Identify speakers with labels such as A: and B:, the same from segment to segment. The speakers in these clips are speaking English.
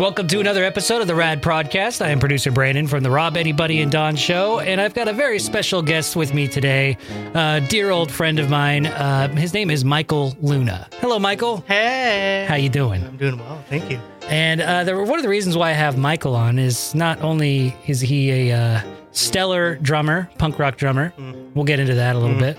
A: Welcome to another episode of the Rad Podcast. I am producer Brandon from the Rob Anybody and Don show, and I've got a very special guest with me today, a dear old friend of mine. Uh, his name is Michael Luna. Hello, Michael.
B: Hey.
A: How you doing?
B: I'm doing well. Thank you.
A: And uh, there, one of the reasons why I have Michael on is not only is he a uh, stellar drummer, punk rock drummer. We'll get into that a little bit.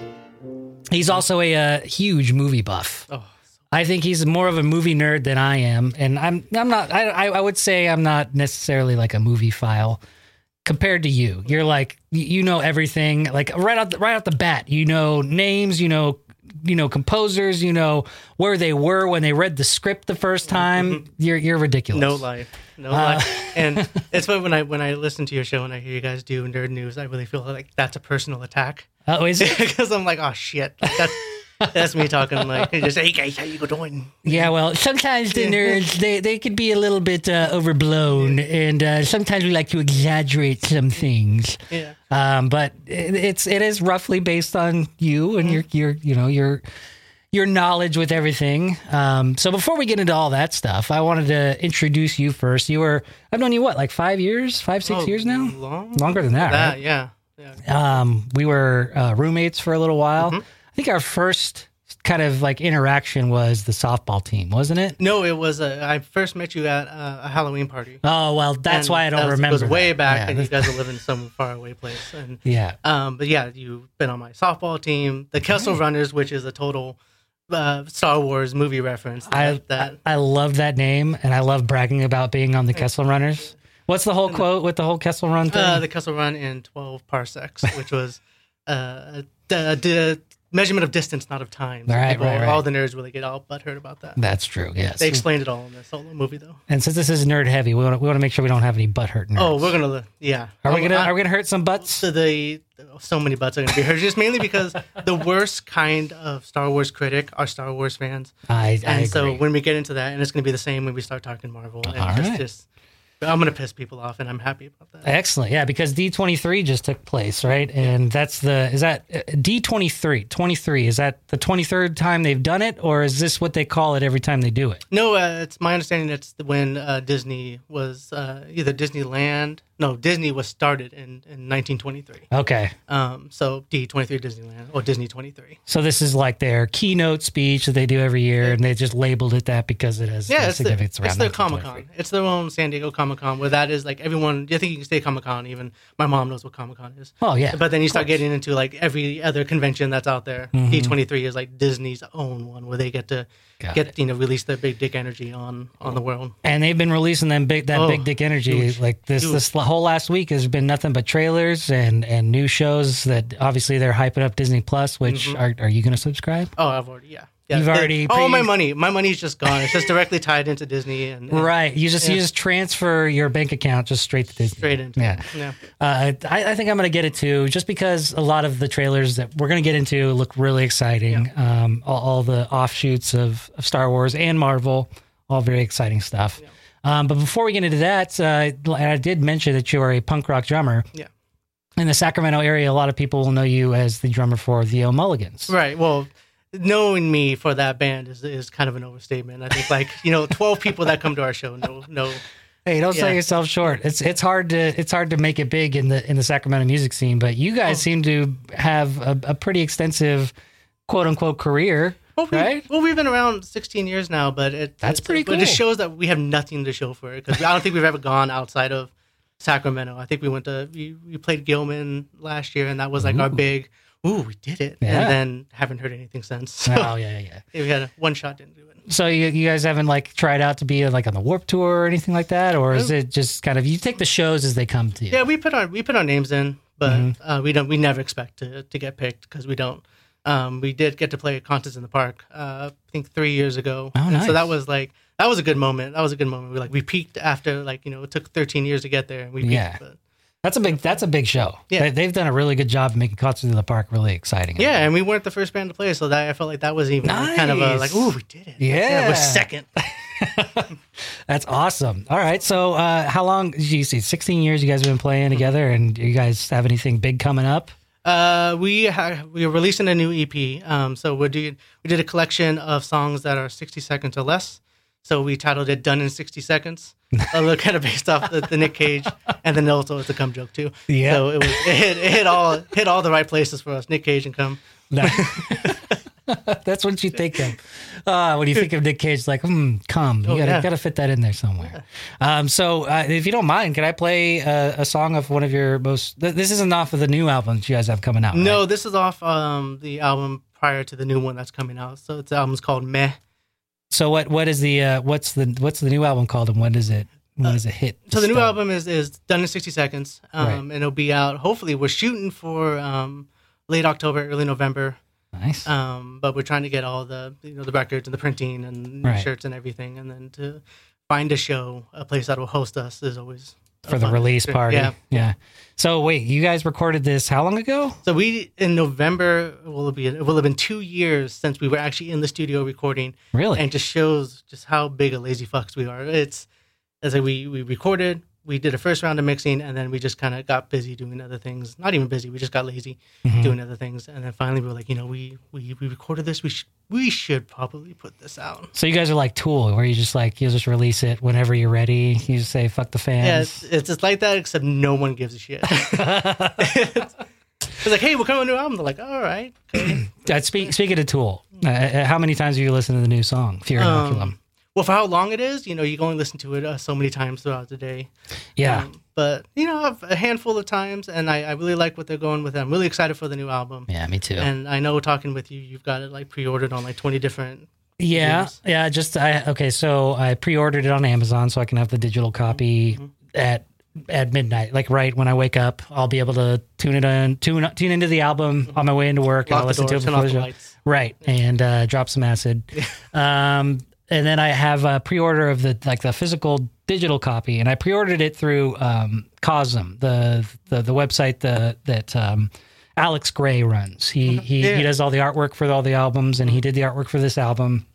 A: He's also a uh, huge movie buff.
B: Oh,
A: I think he's more of a movie nerd than I am, and I'm I'm not. I I, I would say I'm not necessarily like a movie file compared to you. You're like you- you know everything. Like right out the, right out the bat, you know names. You know you know composers. You know where they were when they read the script the first time. You're you're ridiculous.
B: no life, no life. And it's why when I when I listen to your show and I hear you guys do nerd news, I really feel like that's a personal attack
A: Oh, is it?
B: because I'm like, oh shit, Like, that's that's me talking like just hey guys, how you doing?
A: Yeah, well, sometimes the nerds they, they could be a little bit uh, overblown, and uh, sometimes we like to exaggerate some things.
B: Yeah.
A: Um, but it, it's it is roughly based on you and your your you know your your knowledge with everything. Um, so before we get into all that stuff, I wanted to introduce you first. You were I've known you what like five years, five six
B: Oh,
A: years now,
B: Long?
A: longer than mm, that,
B: that,
A: right?
B: yeah. yeah.
A: Um, we were uh, roommates for a little while. I think our first kind of like interaction was the softball team, wasn't it?
B: No, it was a, I first met you at uh, a Halloween party.
A: Oh well, that's
B: And
A: why I don't
B: that was,
A: remember.
B: It was way
A: that.
B: back,
A: Yeah.
B: and you guys are living some far away place. And
A: yeah.
B: Um, but yeah, you've been on my softball team, the Kessel Runners, which is a total uh, Star Wars movie reference.
A: I,
B: That, that
A: I I love that name, and I love bragging about being on the Kessel Runners. What's the whole quote with the whole Kessel Run thing?
B: uh, the Kessel Run in twelve parsecs, which was uh, the, the measurement of distance, not of time. So
A: Right, right, right.
B: All the nerds really get all butthurt about that.
A: That's true. Yes.
B: They explained it all in the solo movie, though.
A: and since this is nerd heavy, we want to, we want to make sure we don't have any butt hurt nerds.
B: Oh, we're gonna li- yeah.
A: are we
B: Um,
A: gonna
B: I-
A: are we gonna hurt some butts?
B: so the so many butts are gonna be hurt just mainly because the worst kind of Star Wars critic are Star Wars fans.
A: I, I
B: and
A: agree.
B: so when we get into that, and it's going to be the same when we start talking Marvel. And
A: All
B: just,
A: right.
B: just, I'm going to piss people off, and I'm happy about that.
A: Excellent. Yeah, because D23 just took place, right? And that's the is that uh, D23 23 is that the 23rd time they've done it or is this what they call it every time they do it?
B: No, uh, it's my understanding that's when uh, Disney was uh, either Disneyland. No, Disney was started in, in 1923.
A: Okay.
B: Um, so D23 Disneyland or Disney 23.
A: So this is like their keynote speech that they do every year, and they just labeled it that because it has
B: Yeah,
A: yeah,
B: it's, the,
A: significance around
B: it's their
A: 1923.
B: Comic Con. It's their own San Diego Comic Con where that is like everyone. I think you can say Comic Con even. My mom knows what Comic Con is.
A: Oh yeah,
B: But then you start getting into like every other convention that's out there.
A: Mm-hmm.
B: D23 is like Disney's own one where they get to
A: Got
B: get you know release their big dick energy on on the world.
A: and they've been releasing them big that
B: Oh,
A: big dick energy like this this la- whole last week has been nothing but trailers and and new shows that obviously they're hyping up Disney Plus. Which are
B: Mm-hmm.
A: are you going to subscribe?
B: Oh, I've already yeah. yeah.
A: You've
B: They-
A: already
B: all my
A: pre-
B: money, my money's just gone. It's just directly tied into Disney and, and
A: Right, you just you just transfer your bank account just straight to Disney.
B: straight into
A: Yeah.
B: yeah.
A: Uh, I, I think I'm going to get it too, just because a lot of the trailers that we're going to get into look really exciting. Um, all, all the offshoots of, of Star Wars and Marvel, all very exciting stuff. Um, but before we get into that, uh, and I did mention that you are a punk rock drummer.
B: Yeah.
A: In the Sacramento area, a lot of people will know you as the drummer for the O'Mulligans.
B: Right. Well, knowing me for that band is is kind of an overstatement. I think like you know twelve people that come to our show know know
A: Hey, don't sell
B: Yeah.
A: yourself short. It's it's hard to it's hard to make it big in the in the Sacramento music scene, but you guys
B: Oh.
A: seem to have a, a pretty extensive quote unquote career.
B: Well, we,
A: right?
B: well, we've been around 16 years now, but it,
A: That's
B: it's-
A: pretty
B: But it
A: cool.
B: shows that we have nothing to show for it because I don't think we've ever gone outside of Sacramento. I think we went to we, we played Gilman last year, and that was like our big ooh, we did it,
A: Yeah.
B: and then haven't heard anything since. So
A: Oh yeah, yeah.
B: we had a one shot, didn't do it.
A: So you, you guys haven't like tried out to be like on the Warp Tour or anything like that, or is it just kind of you take the shows as they come to you?
B: Yeah, we put our we put our names in, but
A: Mm-hmm.
B: uh, we don't we never expect to to get picked because we don't. Um, we did get to play concerts in the park. Uh, I think three years ago.
A: Oh,
B: And
A: nice.
B: So that was like that was a good moment. That was a good moment. We like we peaked after like you know it took 13 years to get there. And we peaked,
A: Yeah.
B: but-
A: That's a big that's a big show.
B: Yeah.
A: they, have done a really good job of making concerts in the park really exciting.
B: yeah, and we weren't the first band to play, so that I felt like that was even like, kind of a
A: Nice.
B: like ooh we did it.
A: Yeah.
B: we're second.
A: that's awesome. All right, so uh, how long? You see, sixteen years you guys have been playing together, and do you guys have anything big coming up?
B: Uh, we ha- we are releasing a new EP. Um, so we did we did a collection of songs that are 60 seconds or less. So we titled it "Done in 60 Seconds." a little kind of based off the, the Nick Cage, and then also it's a cum joke too.
A: Yeah.
B: So it, was, it, hit, it hit all hit all the right places for us. Nick Cage and cum.
A: That's what you think of uh, when you think of Nick Cage. Like, hmm, come, you
B: Oh,
A: gotta
B: yeah.
A: gotta fit that in there somewhere. Um, so, uh, if you don't mind, can I play uh, a, a song of one of your most? Th- this isn't off of the new album that you guys have coming out. right?
B: No, this is off um, the album prior to the new one that's coming out. So the album's called Meh.
A: So what what is the uh, what's the what's the new album called and when does it when does it hit?
B: So the new
A: stuff?
B: album is, is done in 60 seconds, um,
A: Right.
B: and it'll be out. Hopefully, we're shooting for um, late October, early November.
A: Nice.
B: Um, but we're trying to get all the you know the records and the printing and
A: Right.
B: shirts and everything, and then to find a show, a place that will host us is always a
A: for the
B: fun
A: release
B: factor.
A: party.
B: Yeah.
A: yeah. So wait, you guys recorded this how long ago?
B: So we in November will be it will have been two years since we were actually in the studio recording,
A: Really?
B: and just shows just how big a lazy fucks we are. It's as like we we recorded, we did a first round of mixing, and then we just kind of got busy doing other things. Not even busy, we just got lazy
A: Mhm.
B: doing other things, and then finally we were like, you know, we we, we recorded this. We should we should probably put this out.
A: So you guys are like Tool, where you just like you just release it whenever you're ready. You just say fuck the
B: Yeah,
A: fans.
B: it's, it's just like that, except no one gives a shit. it's like, hey, we're coming to an album. They're like, all right.
A: Uh, speak, speaking of Tool, uh, uh, how many times have you listened to the new song Fear Inoculum?
B: Um, well, for how long it is, you know, you can only listen to it uh, so many times throughout the day.
A: yeah.
B: Um, but, you know, I've- a handful of times, and I, I really like what they're going with. I'm really excited for the new album.
A: yeah, me too.
B: And I know talking with you, you've got it like pre ordered on like 20 different.
A: Yeah,
B: Yes.
A: yeah. Just I okay. So I pre-ordered it on Amazon, so I can have the digital copy
B: Mm-hmm.
A: at at midnight, like right when I wake up. I'll be able to tune it in, tune tune into the album on my way into work. and
B: Mm-hmm. Lock
A: I'll
B: the
A: listen
B: door,
A: to it
B: turn
A: before
B: off
A: the
B: the
A: show.
B: lights.
A: right? And uh, drop some acid. um, and then I have a pre-order of the like the physical digital copy, and I pre-ordered it through um, Cosm, the the the website the, that. Um, Alex Gray runs. He he
B: Yeah.
A: he does all the artwork for all the albums, and he did the artwork for this album.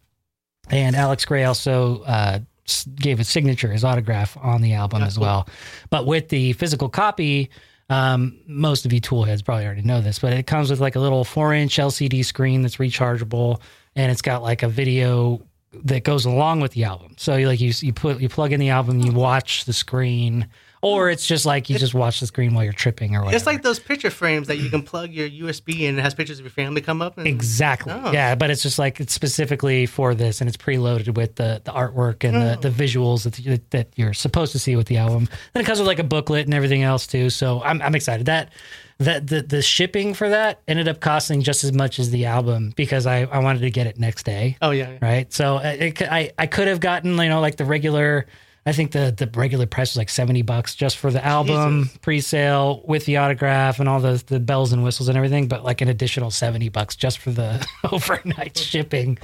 A: And Alex Gray also uh, s- gave his signature, his autograph on the album as well. But with the physical copy, um, most of you tool heads probably already know this, but it comes with like a little four inch LCD screen that's rechargeable, and it's got like a video that goes along with the album. So you like you you put you plug in the album, you watch the screen, or it's just like you just watch the screen while you're tripping or whatever.
B: It's like those picture frames that you can plug your USB in and it has pictures of your family come up. And,
A: Exactly.
B: Oh.
A: Yeah, but it's just like it's specifically for this, and it's preloaded with the, the artwork and the, the visuals that, you- that you're supposed to see with the album. Then it comes with like a booklet and everything else too. So I'm, I'm excited that that the, the shipping for that ended up costing just as much as the album because I, I wanted to get it next day
B: Oh, yeah. yeah.
A: right? So uh, it, c- I I could have gotten you know like the regular. I think the the regular price was like seventy bucks just for the album pre-sale with the autograph and all the the bells and whistles and everything, but like an additional seventy bucks just for the overnight shipping.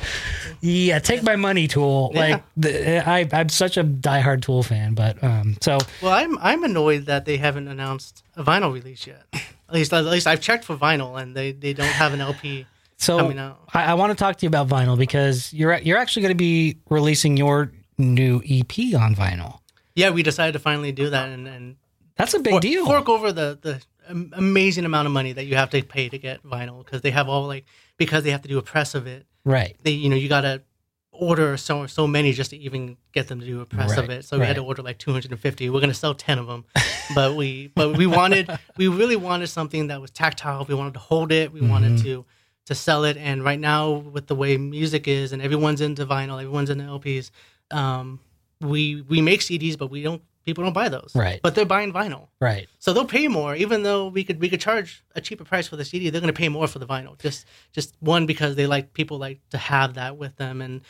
A: Yeah, take my money, Tool. Like the, I I'm such a diehard Tool fan, but um, so
B: Well, I'm I'm annoyed that they haven't announced a vinyl release yet. At least at least I've checked for vinyl and they, they don't have an LP. coming
A: So
B: out.
A: I, I want to talk to you about vinyl because you're you're actually going to be releasing your new EP on vinyl.
B: Yeah, we decided to finally do that and, and
A: That's a big
B: fork,
A: deal.
B: fork over the the am- amazing amount of money that you have to pay to get vinyl because they have all like because they have to do a press of it.
A: right.
B: They you know you gotta order so so many just to even get them to do a press of
A: Right,
B: it. So we had to
A: right.
B: order like 250. We're gonna sell 10 of them, but we but we wanted we really wanted something that was tactile. We wanted to hold it. We wanted
A: Mm-hmm.
B: to to sell it. And right now with the way music is and everyone's into vinyl, everyone's into LPs. Um, we we make CDs, but we don't. People don't buy those.
A: Right.
B: But they're buying vinyl.
A: Right.
B: So they'll pay more, even though we could we could charge a cheaper price for the CD. They're going to pay more for the vinyl. Just just one because they like people like to have that with them, and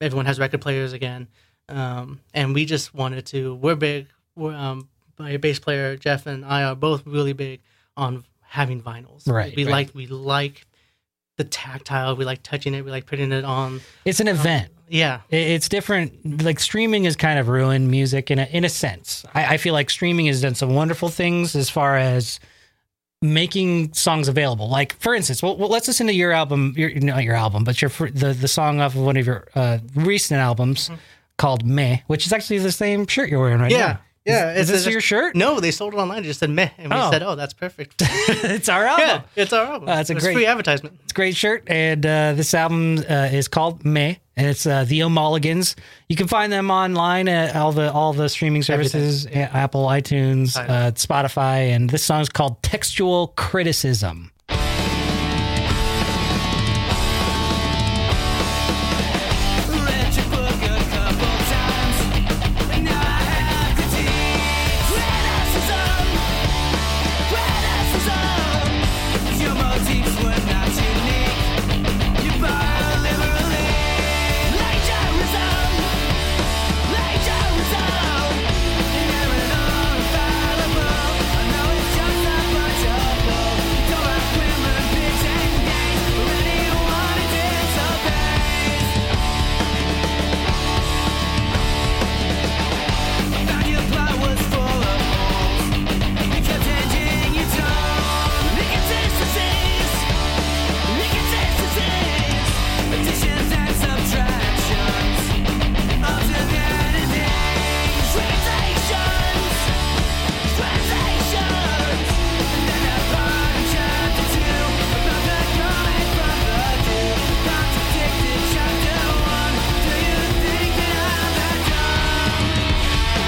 B: everyone has record players again. Um, and we just wanted to. We're big. We're, um, my bass player Jeff and I are both really big on having vinyls.
A: Right,
B: We
A: right.
B: like we like the tactile. We like touching it. We like putting it on.
A: It's an event.
B: Yeah.
A: It- It's different. Like streaming has kind of ruined music in a in a sense. I, I feel like streaming has done some wonderful things as far as making songs available. Like for instance, well, well let's listen to your album. Your not your album, but your fir- the the song off of one of your uh, recent albums called "Meh," which is actually the same shirt you're wearing right
B: Mm-hmm. Yeah.
A: now.
B: Yeah,
A: Is this
B: it's-
A: your shirt?
B: No, they sold it online. It just said meh, and we
A: Oh.
B: said, "Oh, that's perfect."
A: it's our album.
B: yeah, it's our album.
A: Oh, that's a
B: it's
A: great-
B: free advertisement.
A: It's a great shirt, and uh, this album uh, is called May, and it's uh, the O'Mulligans. You can find them online at all the all the streaming services: a- Apple, iTunes,
B: Right.
A: uh, Spotify, and this song is called "Textual Criticism."
C: Read your book a couple times, and now I have to teach criticism. Criticism. Your motifs were not unique. You borrow liberally. Plagiarism. Plagiarism. Inherent or infallible. I know it's just not much of a Don't like women, pigs, and gays, or anyone who disobeys. Chapter one. Do you think that I'm that dumb?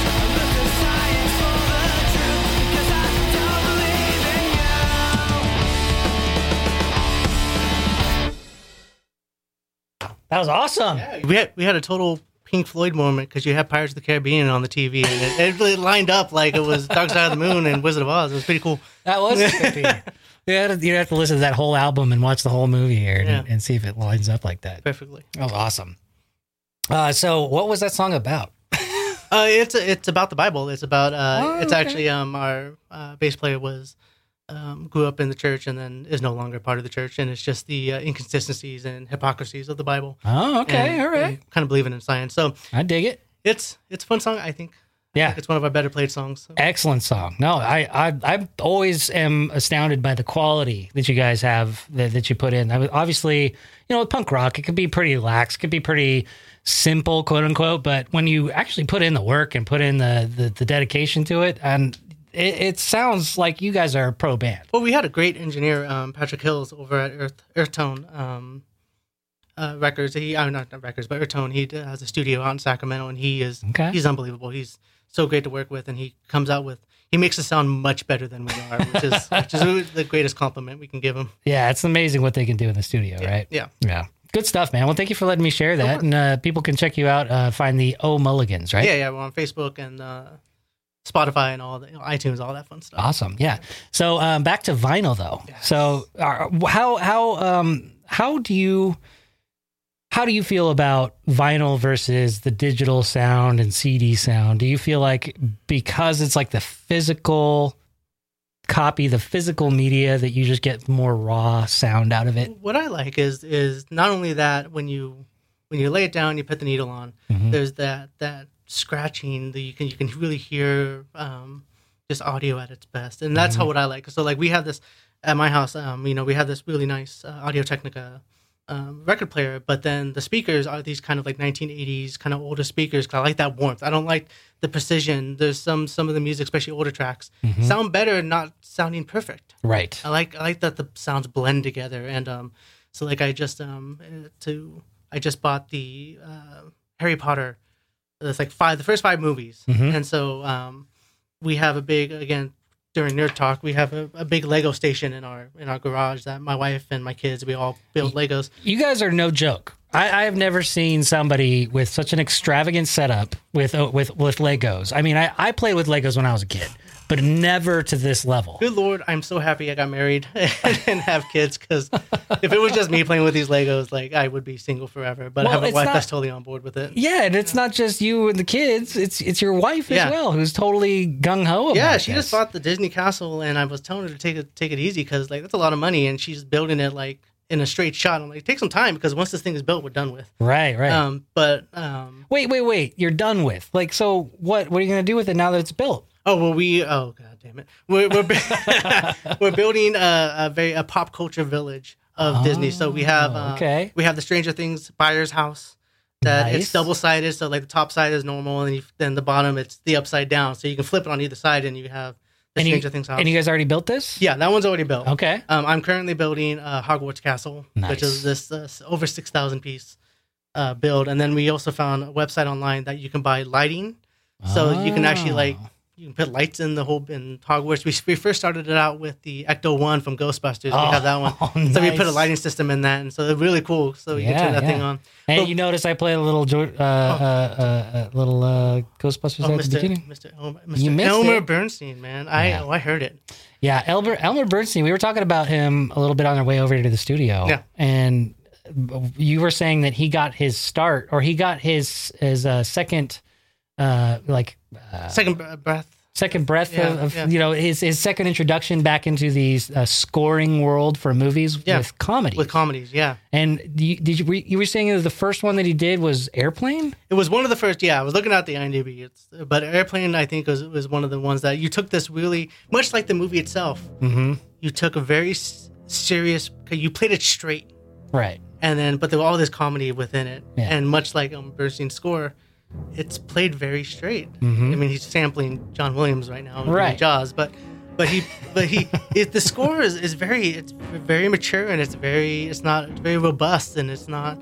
C: Science for the truth, because I don't believe in you.
A: That was awesome.
B: We had we had a total Pink Floyd moment because you had Pirates of the Caribbean on the TV, and it, it really lined up like it was Dark Side of the Moon and Wizard of Oz. It was pretty cool.
A: That was trippy. You had to- you have to listen to that whole album and watch the whole movie here and,
B: Yeah.
A: and see if it lines up like that.
B: Perfectly.
A: That was awesome. Uh, so, what was that song about?
B: Uh, it's it's about the Bible. It's about uh,
A: Oh,
B: it's
A: okay.
B: actually um our uh, bass player was um, grew up in the church and then is no longer part of the church, and it's just the uh, inconsistencies and hypocrisies of the Bible.
A: Oh, okay,
B: And-
A: all right,
B: and kind of believing in science. So
A: I dig it.
B: it's it's a fun song. I think
A: Yeah,
B: it's one of our better played songs. So.
A: excellent song. No, I, I, I always am astounded by the quality that you guys have that, that you put in. I mean, obviously, you know, with punk rock, it can be pretty lax, it can be pretty simple, quote unquote. But when you actually put in the work and put in the the, the dedication to it, and it, it sounds like you guys are a pro band.
B: Well, we had a great engineer, um, Patrick Hills, over at Earth Earth Tone um, uh, Records. He, I mean, not, not Records, but Earth Tone. He has a studio out in Sacramento, and he is
A: Okay.
B: he's unbelievable. He's so great to work with, and he comes out with he makes us sound much better than we are, which is which is the greatest compliment we can give him.
A: Yeah, it's amazing what they can do in the studio, right?
B: Yeah.
A: Yeah. Good stuff, man. Well, thank you for letting me share that. And uh, people can check you out, uh, find the O Mulligans, right?
B: Yeah, yeah, we're on Facebook and uh, Spotify and all the you know, iTunes, all that fun stuff.
A: Awesome. Yeah. So um, back to vinyl though. So are, how how um how do you how do you feel about vinyl versus the digital sound and CD sound? Do you feel like because it's like the physical copy, the physical media that you just get more raw sound out of it?
B: what I like is is not only that when you when you lay it down, you put the needle on. There's that that scratching that you can you can really hear um, just audio at its best, and that's how what I like. So like we have this at my house. Um, you know, we have this really nice uh, Audio Technica. Um, record player, but then the speakers are these kind of like 1980s kind of older speakers. 'cause I like that warmth. I don't like the precision. There's some some of the music, especially older tracks, sound better not sounding perfect.
A: Right.
B: I like I like that the sounds blend together and um so like I just um uh, to I just bought the uh, Harry Potter It's like five, the first five movies,
A: Mhm.
B: and so um, we have a big again during Nerd Talk. We have a, a big Lego station in our in our garage that my wife and my kids we all build Legos.
A: You guys are no joke. I, I have never seen somebody with such an extravagant setup with oh, with with Legos. I mean, I, I played with Legos when I was a kid, but never to this level.
B: Good lord, I'm so happy I got married and have kids because if it was just me playing with these Legos, like I would be single forever. But
A: Well,
B: I have a
A: it's
B: wife
A: not-
B: that's totally on board with it.
A: Yeah, and it's not just you and the kids; it's it's your wife
B: Yeah.
A: as well, who's totally gung ho.
B: Yeah, she just bought the Disney castle, and I was telling her to take it take it easy because like that's a lot of money, and she's building it like in a straight shot. I'm like, take some time because once this thing is built, we're done with.
A: right, right.
B: Um, but um,
A: wait, wait, wait! You're done with like so. What what are you gonna do with it now that it's built?
B: oh well, we oh god damn it, we're we're, bu- we're building a, a very a pop culture village of Disney. So we have
A: Oh,
B: uh,
A: okay.
B: we have the Stranger Things buyer's house. That
A: Nice.
B: it's double sided, so like the top side is normal, and you, then the bottom it's the upside down, so you can flip it on either side, and you have the
A: And you,
B: Stranger Things house.
A: and you guys already built this?
B: yeah, that one's already built.
A: Okay.
B: Um, I'm currently building uh, Hogwarts Castle,
A: Nice.
B: which is this uh, s- over 6,000 piece uh, build. And then we also found a website online that you can buy lighting. So you can actually
A: Oh.
B: like, you can put lights in the whole in Hogwarts. We, we first started it out with the Ecto One from Ghostbusters.
A: Oh,
B: we have that one, so we put a
A: nice.
B: lighting system in that, and so it's really cool. So you
A: Yeah,
B: can turn that thing
A: yeah.
B: on. Oh,
A: And
B: But-
A: you notice I played a little jo- uh, uh, uh, uh, little uh, Ghostbusters
B: Oh,
A: at the
B: Mr.
A: beginning.
B: Mr. Elmer,
A: You
B: Mr.
A: missed
B: Elmer
A: it.
B: Bernstein, man, I
A: Yeah.
B: oh, I heard it.
A: Yeah, Elmer Elmer Bernstein. We were talking about him a little bit on our way over here to the studio.
B: Yeah.
A: and you were saying that he got his start, or he got his his uh, second, uh, like uh,
B: Second br- breath.
A: second breath
B: Yeah,
A: of, of
B: yeah.
A: you know his his second introduction back into the uh, scoring world for movies
B: Yeah.
A: with comedy.
B: With comedies, yeah,
A: and do you, did you were, you were saying it was the first one that he did was Airplane?
B: It was one of the first. Yeah, I was looking at the IMDb. It's, but Airplane, I think, was was one of the ones that you took this really much like the movie itself.
A: Mm-hmm.
B: You took a very s- serious. You played it straight,
A: Right.
B: and then but there was all this comedy within it.
A: Yeah.
B: And much like um, Bernstein's score, it's played very straight.
A: Mhm.
B: I mean, he's sampling John Williams right now, and
A: Right.
B: Jaws, but. But he, but he, it, the score is, is very, it's very mature and it's very, it's not it's very robust and it's not,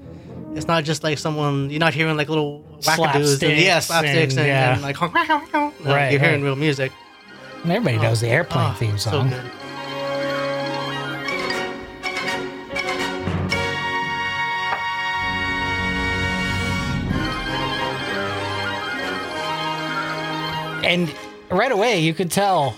B: it's not just like someone you're not hearing like little wackadoos, and,
A: Slapsticks
B: yeah,
A: and-
B: slapsticks, and, and,
A: yeah.
B: like honk, honk, honk, honk. No,
A: Right,
B: You're hearing
A: right.
B: real music.
A: And everybody knows the Airplane
B: Oh,
A: theme
B: so
A: song.
B: good.
A: and right away you could tell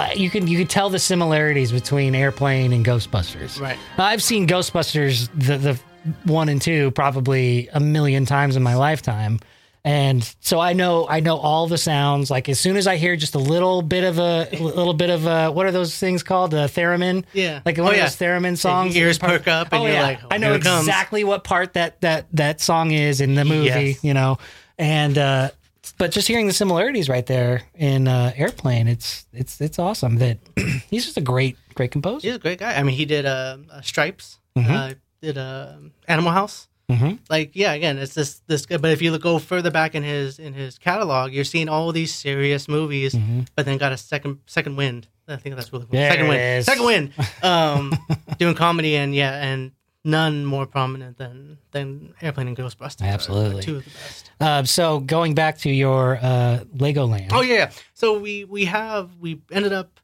A: uh, you can you could tell the similarities between airplane and ghostbusters
B: Right.
A: Now, i've seen ghostbusters the, the one and two probably a million times in my lifetime and so i know i know all the sounds like as soon as i hear just a little bit of a little bit of a what are those things called a theremin
B: Yeah.
A: like one
B: Oh,
A: of
B: yeah.
A: those theremin songs
B: ears perk up and
A: Oh,
B: you're
A: yeah.
B: like, oh,
A: i know
B: here it comes.
A: exactly what part that that that song is in the movie
B: Yes.
A: you know and uh but just hearing the similarities right there in uh airplane it's it's it's awesome that he's just a great great composer
B: He's a great guy. I mean, he did uh, uh, Stripes,
A: Mm-hmm.
B: uh, did uh, Animal House.
A: Mhm.
B: Like, yeah, again, it's this this. But if you look, go further back in his in his catalog, you're seeing all these serious movies, but then got a second second wind. I think that's really cool.
A: Mm-hmm. There
B: second
A: it
B: wind,
A: is.
B: second wind. Um, doing comedy and yeah, and none more prominent than than Airplane and Ghostbusters. are
A: Absolutely.
B: two of the best.
A: uh, so going back to your uh legoland
B: Oh yeah, yeah. So we we have we ended up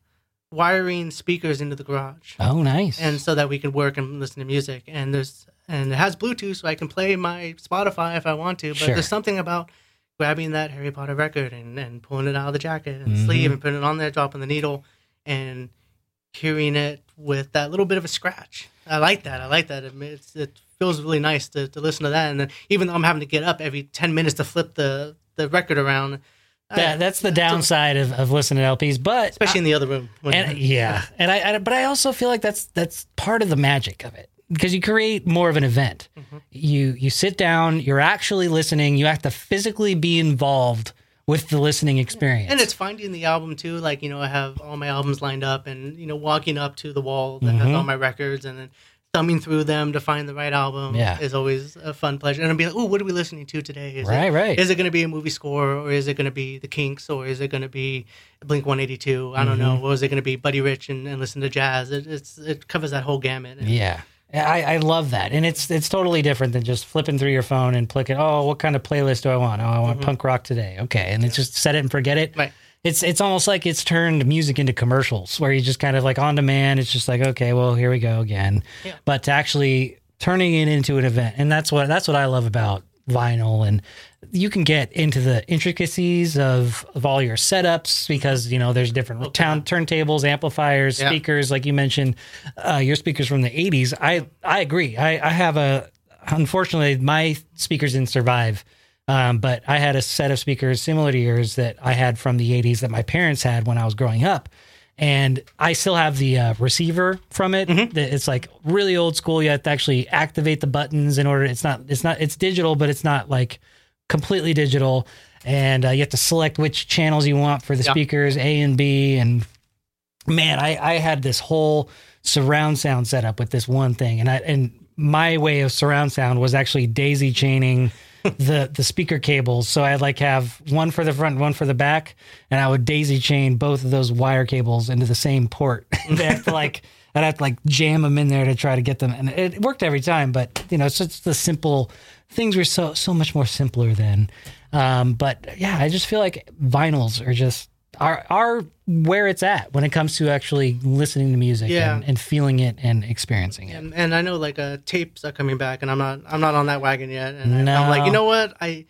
B: wiring speakers into the garage.
A: Oh, nice
B: and so that we can work and listen to music. And there's and it has Bluetooth, so I can play my Spotify if I want to. But
A: Sure.
B: there's something about grabbing that Harry Potter record and, and pulling it out of the jacket and
A: Mm-hmm.
B: sleeve and putting it on there, dropping the needle, and hearing it with that little bit of a scratch. I like that. I like that. It, ma- it's, it feels really nice to, to listen to that. And then even though I'm having to get up every ten minutes to flip the the record around, I-
A: that, that's the downside of, of listening to lps but
B: especially in the other room. When,
A: and yeah and I, I but i also feel like that's that's part of the magic of it because you create more of an event
B: Mm-hmm.
A: you you sit down you're actually listening you have to physically be involved with the listening experience
B: And it's finding the album too. Like you know, I have all my albums lined up, and you know, walking up to the wall that has all
A: Mm-hmm.
B: my records, and then thumbing through them to find the right album
A: Yeah.
B: is always a fun pleasure. And I'll be like, "Oh, what are we listening to today? Is
A: Right,
B: it,
A: right.
B: Is it going to be a movie score, or is it going to be The Kinks, or is it going to be Blink One Eighty
A: Mm-hmm.
B: Two? I don't know. Or is it going to be Buddy Rich and, and listen to jazz? It, it's it covers that whole gamut. And
A: yeah I, I love that, and it's it's totally different than just flipping through your phone and clicking. Oh, what kind of playlist do I want? Oh, I want punk rock today. Okay, and it's just set it and forget it.
B: Right.
A: It's it's almost like it's turned music into commercials, where you just kind of like on demand. It's just like okay, well here we go again.
B: Yeah.
A: But to actually turning it into an event, and that's what that's what I love about vinyl and you can get into the intricacies of, of all your setups because you know there's different town turntables amplifiers
B: Yeah.
A: speakers like you mentioned uh, your speakers from the 80s i i agree i i have a unfortunately my speakers didn't survive um, but i had a set of speakers similar to yours that i had from the 80s that my parents had when i was growing up and I still have the uh, receiver from it. That It's like really old school. You have to actually activate the buttons in order. It's not. It's not. It's digital, but it's not like completely digital. And uh, you have to select which channels you want for the
B: Yeah.
A: speakers A and B. And man, I I had this whole surround sound setup with this one thing, and I and my way of surround sound was actually daisy chaining. the the speaker cables so i'd like have one for the front one for the back and i would daisy chain both of those wire cables into the same port they have to like i'd have to like jam them in there to try to get them and it worked every time but you know it's just the simple things were so so much more simpler then um but yeah i just feel like vinyls are just are are where it's at when it comes to actually listening to music
B: Yeah.
A: and, and feeling it and experiencing it
B: and, and I know like uh, tapes are coming back, and I'm not I'm not on that wagon yet. And I, am like,
A: No.
B: you know what? I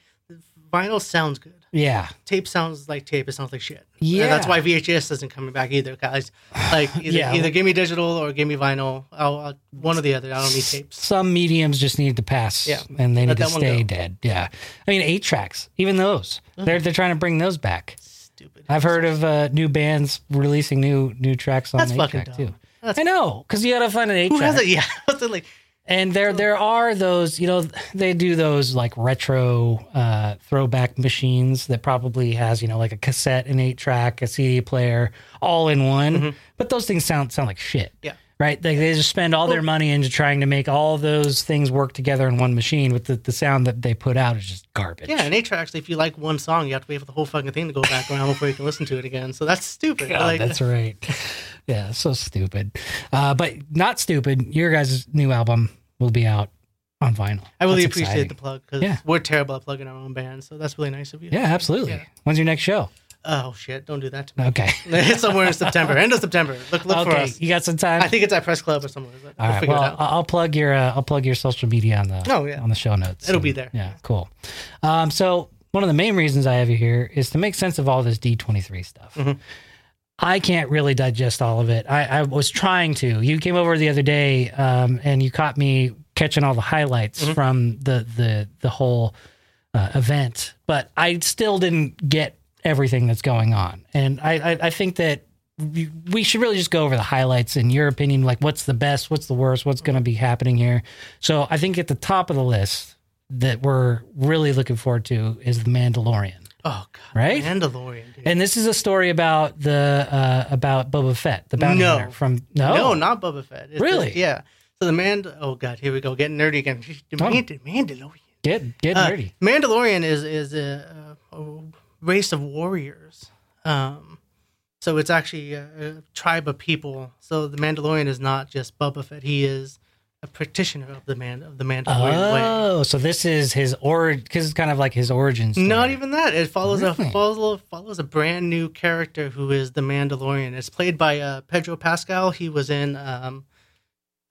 B: vinyl sounds good.
A: yeah
B: Tape sounds like tape. It sounds like shit.
A: Yeah.
B: and that's why VHS isn't coming back either, guys. Like either,
A: Yeah.
B: either give me digital or give me vinyl. I'll, I'll, one or the other. I don't need tapes.
A: some mediums just need to pass
B: Yeah.
A: and they need
B: Let
A: to
B: that one
A: stay
B: go. Uh-huh.
A: dead yeah i mean eight tracks even those they're they're trying to bring those back
B: Stupid.
A: i've heard of uh, new bands releasing new new tracks on
B: That's
A: eight
B: fucking
A: track
B: dumb.
A: too
B: That's-
A: i know because you gotta find an eight
B: Who
A: track
B: has it? Yeah, It's like
A: and there there are those you know they do those like retro uh, throwback machines that probably has you know like a cassette an eight track a cd player all in one but those things sound sound like shit
B: Mm-hmm. yeah.
A: right? Like they just spend all their money into trying to make all those things work together in one machine. With the, the sound that they put out is just garbage.
B: Yeah, and eight tracks. If you like one song, you have to wait for the whole fucking thing to go back around before you can listen to it again. So that's stupid.
A: God,
B: like,
A: Oh, that's right. yeah, so stupid. Uh, but not stupid. Your guys' new album will be out on vinyl.
B: I really
A: That's
B: appreciate
A: exciting.
B: the plug because
A: Yeah.
B: we're terrible at plugging our own bands. So that's really nice of you.
A: Yeah, absolutely.
B: Yeah.
A: When's your next show?
B: Oh shit! Don't do that to me.
A: Okay.
B: it's somewhere in September, end of September. Look, look for
A: okay,
B: us.
A: you got some time.
B: I think it's at Press Club or somewhere. We'll
A: All right.
B: figure
A: Well,
B: it out.
A: I- I'll plug your uh, I'll plug your social media on the
B: Oh, yeah.
A: on the show notes.
B: It'll be there.
A: Yeah, cool. Um, so one of the main reasons I have you here is to make sense of all this D twenty three stuff.
B: Mm-hmm.
A: I can't really digest all of it. I, I was trying to. You came over the other day um, and you caught me catching all the highlights
B: Mm-hmm.
A: from the the the whole uh, event, but I still didn't get everything that's going on. And I, I, I think that we- we should really just go over the highlights in your opinion, like what's the best, what's the worst, what's going to be happening here. So I think at the top of the list that we're really looking forward to is The Mandalorian,
B: oh god,
A: right?
B: Mandalorian. Dude.
A: And this is a story about the uh, about Boba Fett, the bounty
B: No.
A: hunter from no,
B: no, not Boba Fett. It's
A: Oh. Really?
B: just- yeah. So the Mand. Oh god, here we go. Getting nerdy again. The
A: Oh.
B: Mand- Mandalorian.
A: get get
B: Uh,
A: nerdy.
B: Mandalorian is is a, a race of warriors. Um, so it's actually a, a tribe of people. So the Mandalorian is not just Boba Fett. He is a practitioner of the man of the Mandalorian way.
A: Oh, so this is his origin. Because it's kind of like his origins.
B: Not even that. It follows
A: Really?
B: a follows, follows a brand new character who is the Mandalorian. It's played by uh, Pedro Pascal. He was in um,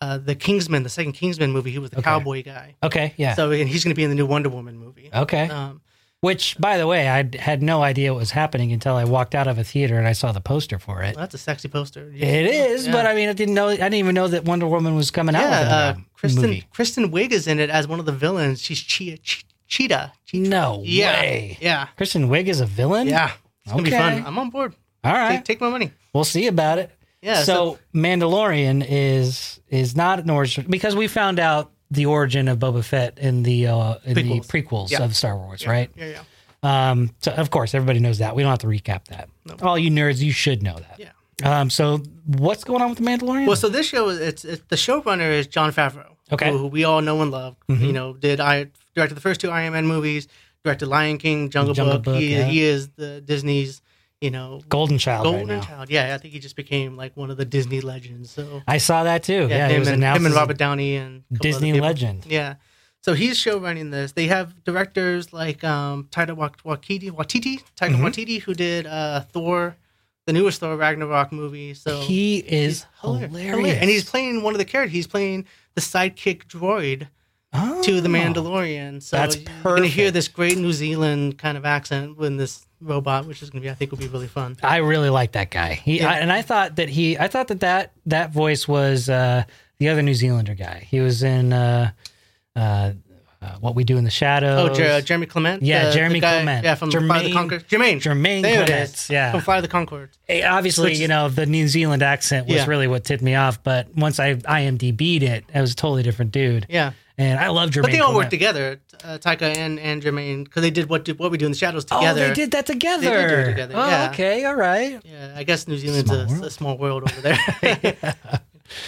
B: uh, the Kingsman, the second Kingsman movie. He was the
A: Okay.
B: cowboy guy.
A: Okay, yeah.
B: So and he's going to be in the new Wonder Woman movie.
A: okay.
B: Um,
A: Which, by the way, I had no idea what was happening until I walked out of a theater and I saw the poster for it.
B: that's a sexy poster.
A: It is,
B: Yeah.
A: but I mean, I didn't know. I didn't even know that Wonder Woman was coming out.
B: yeah,
A: with
B: uh,
A: another
B: Kristen
A: movie.
B: Kristen Wiig is in it as one of the villains. She's Chia, Che- Cheetah.
A: No
B: Yeah,
A: way.
B: yeah,
A: Kristen Wiig is a villain.
B: yeah. It's gonna be
A: Okay.
B: fun. I'm on board.
A: All right.
B: Take, take my money.
A: We'll see about it.
B: Yeah,
A: So, Mandalorian is is not an origin because we found out the origin of Boba Fett in the uh, in
B: Prequels.
A: the prequels
B: Yeah.
A: of Star Wars, right?
B: Yeah, yeah,
A: Um, so of course everybody knows that. We don't have to recap that. All you nerds, you should know that.
B: yeah.
A: Um, so what's going on with the Mandalorian?
B: Well, so this show is it's, it's the showrunner is John Favreau,
A: Okay. Mm-hmm.
B: who, who we all know and love. You know, did I directed the first two Iron Man movies, directed Lion King, Jungle,
A: Jungle
B: Book.
A: Book,
B: he,
A: yeah.
B: he is the Disney's you know,
A: Golden Child
B: Golden
A: right now.
B: Child. Yeah, I think he just became like one of the Disney legends. So
A: I saw that too. Yeah, it
B: him,
A: was
B: and,
A: announced
B: him and
A: as a
B: Robert Downey and a couple other
A: Disney
B: people.
A: legend.
B: Yeah. So he's show running this. They have directors like um, Taika Wak- Wakiti, Watiti, Taika
A: Mhm.
B: Waititi, who did uh, Thor, the newest Thor Ragnarok movie. So
A: he is
B: he's hilar-
A: hilarious.
B: and he's playing one of the characters. He's playing the sidekick droid
A: Oh.
B: to the Mandalorian. So
A: That's
B: You're gonna hear
A: perfect.
B: this great New Zealand kind of accent when this robot, which is gonna be, I think, will be really fun.
A: I really like that guy. He
B: Yeah.
A: I, and I thought that he I thought that that, that voice was uh, the other New Zealander guy. He was in uh, uh, uh, what we do in the shadows.
B: Oh, Jer- Jeremy Clement.
A: Yeah,
B: the- the
A: Jeremy
B: guy-
A: Clement.
B: Yeah, from Fly the
A: Jermaine-
B: Concord. Jermaine.
A: Jermaine
B: There it
A: Clement,
B: is.
A: yeah.
B: From Fly the Concord.
A: Eh, Obviously,
B: Which-
A: you know the New Zealand accent was
B: Yeah.
A: really what tipped me off. But once I IMDb'd it, it was a totally different dude.
B: Yeah.
A: And I love Jermaine.
B: But they all worked
A: Clement.
B: together, uh, Taika and, and Jermaine, because they did what do, what we do in the shadows
A: Oh,
B: together.
A: they did that together.
B: together,
A: Oh,
B: yeah.
A: okay, all right.
B: Yeah, I guess New Zealand's
A: Small
B: a,
A: world.
B: a small world over there.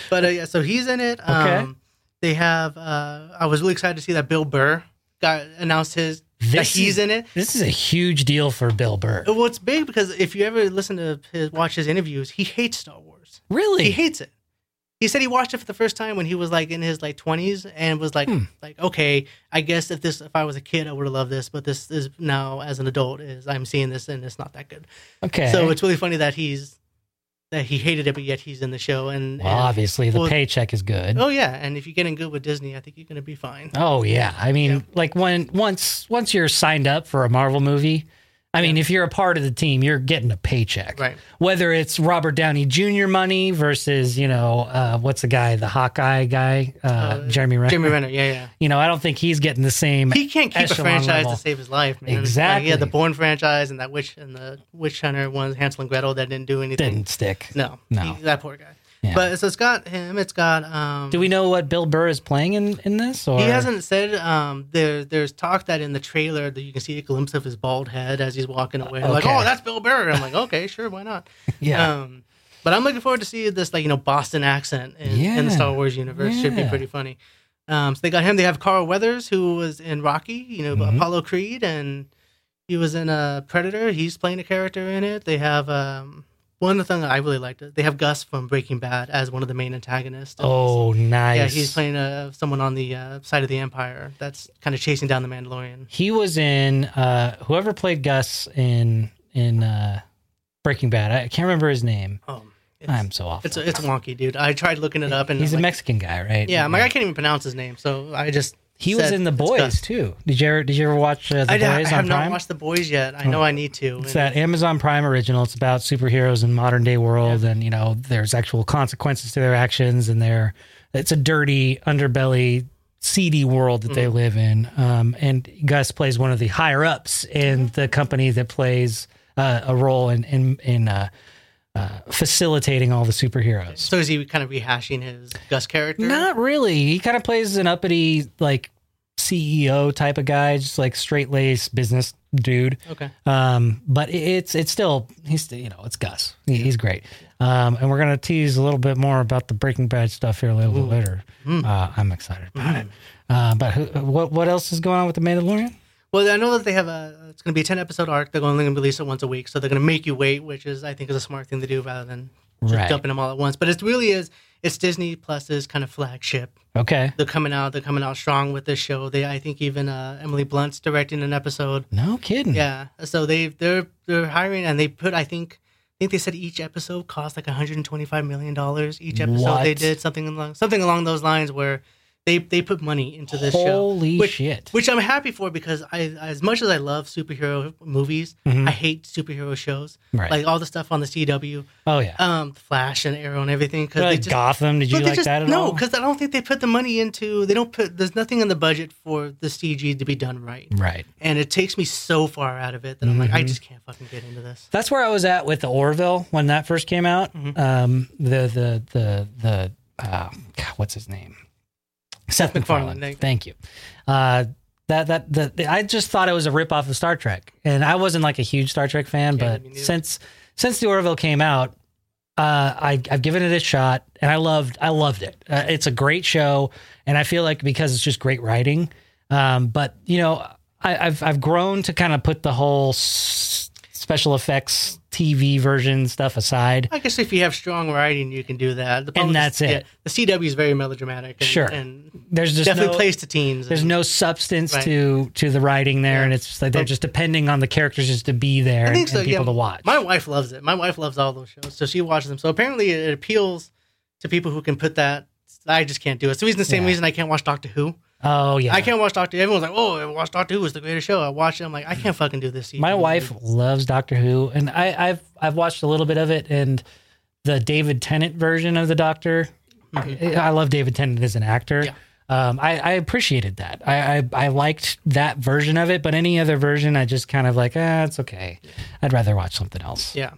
B: but uh, yeah, so he's in it. Um,
A: Okay.
B: They have. Uh, I was really excited to see that Bill Burr got announced his that
A: This is-
B: he's in Oh, it.
A: This is a huge deal for Bill Burr.
B: Well, it's big because if you ever listen to his watch his interviews, he hates Star Wars. He
A: Really?
B: hates it. He said he watched it for the first time when he was like in his like twenties and was like,
A: Hmm.
B: like, okay, I guess if this if I was a kid I would have loved this, but this is now as an adult is I'm seeing this and it's not that good.
A: Okay.
B: So it's really funny that he's that he hated it, but yet he's in the show and,
A: well,
B: and-
A: obviously the
B: well-
A: paycheck is good.
B: oh yeah, and if you're getting good with Disney, I think you're gonna be fine.
A: Oh yeah, I mean,
B: Yeah.
A: like when once once you're signed up for a Marvel movie, I mean, if you're a part of the team, you're getting a paycheck,
B: Right.
A: Whether it's Robert Downey Jr. money versus you know uh, what's the guy, the Hawkeye guy, uh, Jeremy Renner.
B: Jeremy Renner, yeah, yeah.
A: You know, I don't think he's getting the same.
B: He can't keep a
A: echelon
B: franchise
A: level.
B: to save his life, man. Like, yeah,
A: Exactly.
B: the Bourne franchise and that witch and the witch hunter ones, Hansel and Gretel, that didn't do anything.
A: Didn't stick.
B: No,
A: No.
B: he- that poor guy.
A: Yeah.
B: But so it's got him. It's got. Um,
A: Do we know what Bill Burr is playing in in this? Or
B: He hasn't said. Um, there, there's talk that in the trailer that you can see a glimpse of his bald head as he's walking away. Like,
A: Okay.
B: oh, that's Bill Burr. I'm like, okay, sure, why not?
A: Yeah.
B: Um, but I'm looking forward to see this, like you know, Boston accent in, in the
A: Yeah.
B: Star Wars universe. Should be
A: Yeah.
B: pretty funny. Um, so they got him. They have Carl Weathers, who was in Rocky, you know,
A: Mhm.
B: Apollo Creed, and he was in uh, Predator. He's playing a character in it. They have um, one thing that I really liked. They have Gus from Breaking Bad as one of the main antagonists.
A: Oh, nice.
B: yeah, he's playing uh, someone on the uh, side of the Empire that's kind of chasing down the Mandalorian.
A: He was in uh, whoever played Gus in in uh, Breaking Bad. I can't remember his name.
B: Oh, it's,
A: I'm so awful.
B: it's it's wonky, dude. I tried looking it up, and
A: He's a
B: I'm like,
A: Mexican guy, right?
B: Yeah, I'm like I can't even pronounce his name, so I just
A: He
B: said
A: was in The
B: it's
A: Boys
B: Gus.
A: too. Did you ever did you ever watch uh, The
B: I, I
A: Boys
B: have
A: on
B: not
A: Prime? Oh.
B: watched the boys yet. I know I need to.
A: it's that Amazon Prime original. It's about superheroes in modern day world, and you know there's actual consequences to their actions, and they're it's a dirty underbelly, seedy world that they live in. Um, and Gus plays one of the higher ups in the company that plays uh, a role in in, in uh, uh, facilitating all the superheroes.
B: so is he kind of rehashing his Gus character?
A: Not really. He kind of plays an uppity, like CEO type of guy, just like straight laced business dude.
B: Okay.
A: Um, but it- it's it's still he's you know it's Gus. He, he's great. Um, and we're gonna tease a little bit more about the Breaking Bad stuff here a little bit later.
B: Mm.
A: Uh, I'm excited about it. Uh, but who, what what else is going on with the Mandalorian?
B: Well, I know that they have a. It's going to be a ten episode arc. They're only going to release it once a week, so they're going to make you wait, which is I think is a smart thing to do rather than just
A: Right.
B: dumping them all at once. But it really is. It's Disney Plus's kind of flagship.
A: Okay.
B: They're coming out. They're coming out strong with this show. They, I think, even uh, Emily Blunt's directing an episode.
A: No kidding.
B: Yeah. So they they're they're hiring and they put I think I think they said each episode cost like 125 million dollars each episode they
A: What?
B: did something along something along those lines where they they put money into this
A: Holy
B: show. Which,
A: shit.
B: Which I'm happy for because I as much as I love superhero movies, I hate superhero shows.
A: Mm-hmm. Right.
B: Like all the stuff on the CW,
A: Oh yeah.
B: um Flash and Arrow and everything cuz they
A: Like
B: just
A: Gotham. Did you
B: but they
A: like
B: just-
A: that at
B: no,
A: all?
B: because I don't think they put the money into. They don't put. There's nothing in the budget for the CG to be done right
A: Right.
B: and it takes me so far out of it that I'm like, I
A: Mm-hmm.
B: just can't fucking get into this.
A: That's where I was at with the Orville when that first came out.
B: Mm-hmm.
A: Um, the the the the uh, God, what's his name? Seth
B: MacFarlane,
A: MacFarlane.
B: thank you.
A: Thank you. Uh, that that the, the- I just thought it was a ripoff of Star Trek, and I wasn't like a huge Star Trek fan,
B: me
A: but
B: neither.
A: since since the Orville came out, uh, I I've given it a shot, and I loved I loved it. Uh, it's a great show, and I feel like because it's just great writing. Um, but you know, I, I've I've grown to kind of put the whole s- special effects TV version stuff aside.
B: I guess if you have strong writing, you can do that. The problem
A: And
B: is-
A: that's it.
B: the CW is very melodramatic. And,
A: Sure.
B: And
A: There's just
B: definitely
A: no,
B: plays to teens.
A: there's
B: and,
A: no substance
B: Right.
A: to to the writing there,
B: Yeah. Oh.
A: and it's just like they're just depending on the characters just to be there
B: I
A: and,
B: think so,
A: and people
B: yeah.
A: to watch.
B: My wife loves it. My wife loves all those shows, so she watches them. So apparently, it appeals to people who can put that. I just can't do it. It's the reason, the same
A: Yeah.
B: reason I can't watch Doctor Who.
A: oh yeah,
B: I can't watch Doctor. Everyone's like, "Oh, I watched Doctor Who was the greatest show." I watched it. I'm like, I can't fucking do this.
A: my
B: either.
A: wife loves Doctor Who, and I, I've I've watched a little bit of it, and the David Tennant version of the Doctor. I love David Tennant as an actor.
B: Yeah.
A: Um, I, I appreciated that. I, I I liked that version of it, but any other version, I just kind of like, ah, it's okay. I'd rather watch something else.
B: Yeah.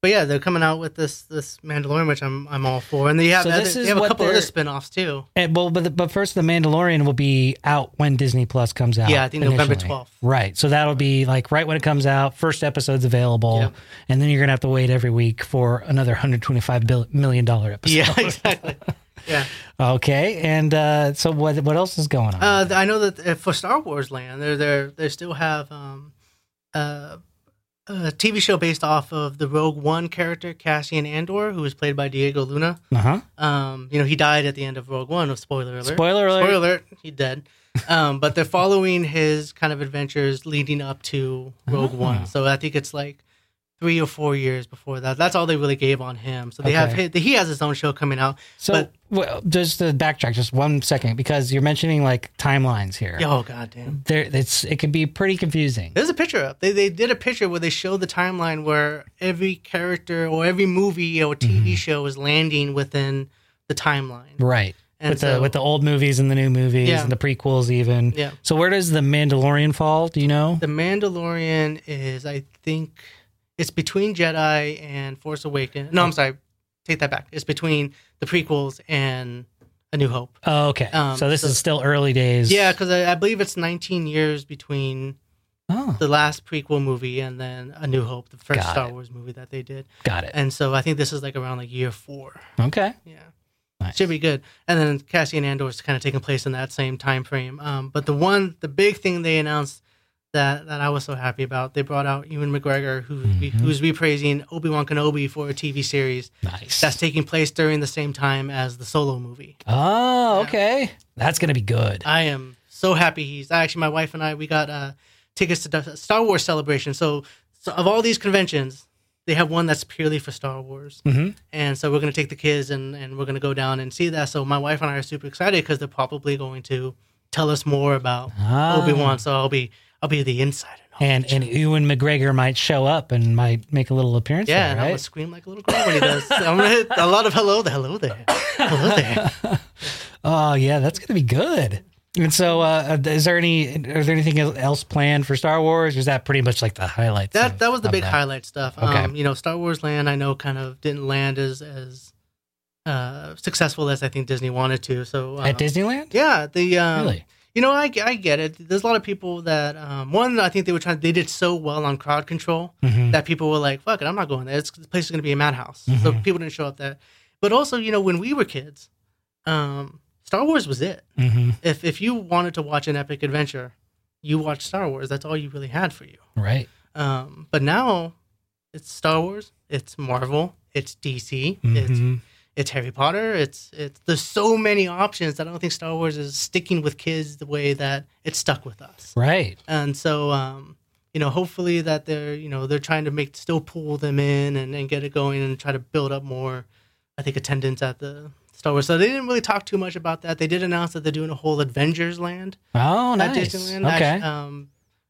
B: But yeah, they're coming out with this this Mandalorian, which I'm I'm all for, and they have
A: So
B: other-
A: this is
B: they have a
A: what
B: couple other
A: they're-
B: spin-offs too.
A: And, well, but but first, The Mandalorian will be out when Disney Plus comes out.
B: Yeah, I think November
A: initially.
B: 12th.
A: Right, so that'll be like right when it comes out. First episode's available,
B: Yep.
A: and then you're gonna have to wait every week for another 125 bill- million dollar episode.
B: Yeah, exactly. Yeah,
A: Okay, and uh, so what? What else is going on?
B: uh, th- I know that uh, for Star Wars Land, they're they they still have um, uh, a TV show based off of the Rogue One character Cassian Andor, who was played by Diego Luna.
A: huh.
B: Um, you know, he died at the end of Rogue One. oh, Spoiler alert!
A: Spoiler alert.
B: Spoiler alert! He dead. Um, but they're following his kind of adventures leading up to Rogue
A: Ah.
B: One. So I think it's like three or four years before that. That's all they really gave on him. So they have
A: Okay.
B: his, he has his own show coming out.
A: So
B: but-
A: well, just to backtrack just one second because you're mentioning like timelines here.
B: Oh goddamn!
A: There, it's it can be pretty confusing.
B: There's a picture up. They they did a picture where they showed the timeline where every character or every movie or TV show is landing within the timeline.
A: Right. Mm-hmm.
B: And
A: with the
B: so-
A: with the old movies and the new movies
B: Yeah.
A: and the prequels even.
B: Yeah.
A: So where does the Mandalorian fall? Do you know?
B: The Mandalorian is, I think, it's between Jedi and Force Awakens.
A: Oh.
B: No, I'm sorry, take that back. It's between the prequels and A New Hope.
A: oh, okay.
B: um,
A: so this
B: so-
A: is still early days.
B: Yeah, because I, I believe it's 19 years between
A: Oh,
B: the last prequel movie and then A New Hope, the first
A: Got
B: Star
A: it.
B: Wars movie that they did.
A: got it.
B: And so I think this is like around like year four.
A: Okay.
B: Yeah.
A: Nice.
B: Should be good. And then Cassian Andor is kind of taking place in that same time frame. Um, but the one, the big thing they announced that that I was so happy about, they brought out Ewan McGregor, who
A: Mhm.
B: who's repraising Obi Wan Kenobi for a TV series
A: Nice.
B: that's taking place during the same time as the Solo movie.
A: oh,
B: Yeah. Uh,
A: okay. That's gonna be good.
B: I am so happy he's actually my wife and I we got uh, tickets to the Star Wars celebration. So, so of all these conventions, they have one that's purely for Star Wars.
A: hmm
B: and so we're going to take the kids and, and we're going to go down and see that so my wife and i are super excited because they're probably going to tell us more about
A: Ah.
B: obi-wan so i'll be i'll be the insider
A: And and Ewan McGregor might show up and might make a little appearance.
B: yeah
A: there,
B: and i'm going
A: right?
B: to scream like a little girl when he does i'm going to hit a lot of hello there hello there hello there
A: Oh yeah, that's gonna be good. And so, uh, is there any? Are there anything else planned for Star Wars? Or is that pretty much like the highlights?
B: that
A: of-
B: that was the
A: of
B: big
A: that?
B: highlight stuff
A: Okay.
B: um you know star wars land i know kind of didn't land as as uh successful as i think disney wanted to so um,
A: at Disneyland.
B: yeah the um
A: Really?
B: You know, I, I get it. There's a lot of people that um, one, I think they were trying. They did so well on crowd control
A: Mhm.
B: that people were like, "Fuck it, I'm not going there. It's, this place is going to be a madhouse." So people didn't show up there. But also, you know, when we were kids, um, Star Wars was it.
A: Mhm.
B: If if you wanted to watch an epic adventure, you watched Star Wars. That's all you really had for you.
A: Right.
B: Um, but now, it's Star Wars. It's Marvel. It's DC. It's
A: Mhm.
B: it's Harry Potter. It's it's there's so many options. that I don't think Star Wars is sticking with kids the way that it stuck with us.
A: Right.
B: And so, um, you know, hopefully that they're you know they're trying to make still pull them in and, and get it going and try to build up more. I think attendance at the Star Wars. So they didn't really talk too much about that. They did announce that they're doing a whole Avengers Land
A: Oh,
B: at
A: nice.
B: Disneyland. I-
A: Okay.
B: um,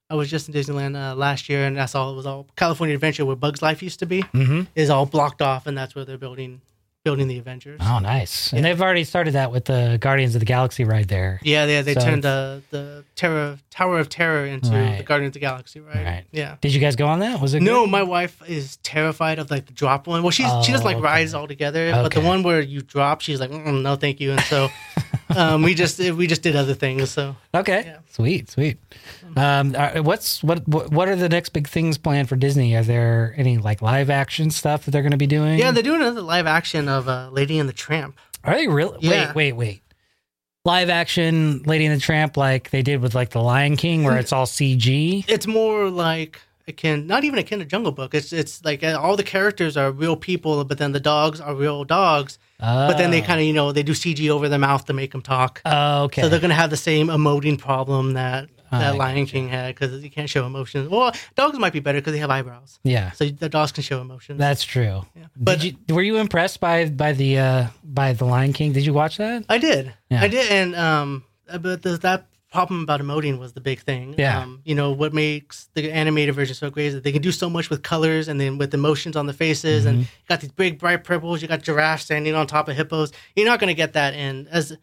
B: I was just in Disneyland uh, last year, and that's all. It was all California Adventure, where Bugs Life used to be,
A: Mhm.
B: is all blocked off, and that's where they're building building the Avengers.
A: Oh, nice. And they've already started that with the Guardians of the Galaxy ride there.
B: Yeah, they they
A: So
B: turned the the terror Tower of Terror into the
A: Right.
B: Guardians of the Galaxy, right?
A: Right.
B: Yeah.
A: Did you guys go on that? Was it
B: No,
A: good?
B: my wife is terrified of like the drop one. Well, she's she doesn't
A: Oh,
B: like
A: okay.
B: rides altogether, but the
A: Okay.
B: one where you drop, she's like, mm, no, thank you. And so um, we just we just did other things. So
A: Okay.
B: Yeah.
A: Sweet. Sweet. Um, are- what's what? What what are the next big things planned for Disney? Are there any like live action stuff that they're going to be doing?
B: yeah, they're doing another live action of uh, Lady and the Tramp.
A: Are they really?
B: Yeah.
A: Wait, wait, wait. Live action Lady and the Tramp, like they did with like the Lion King, where it's all CG.
B: It's more like akin, not even akin to Jungle Book. It's it's like uh, all the characters are real people, but then the dogs are real dogs. But then they
A: Ah.
B: kind of you know they do CG over their mouth to make them talk.
A: Oh, okay.
B: So they're gonna have the same emoting problem that that
A: Ah, I
B: Lion King had because you can't show emotions. Well, dogs might be better because they have eyebrows,
A: yeah,
B: so the dogs can show emotions.
A: that's true.
B: But-
A: But you, were you impressed by by the uh, by the Lion King? Did you watch that?
B: I did.
A: Yeah.
B: I did, and um, uh, but the, that problem about emoting was the big thing.
A: Yeah.
B: Um, you know what makes the animated version so great is that they can do so much with colors and then with emotions on the faces,
A: Mm-hmm.
B: and you got these big bright purples. You got giraffes standing on top of hippos. You're not going to get that in as.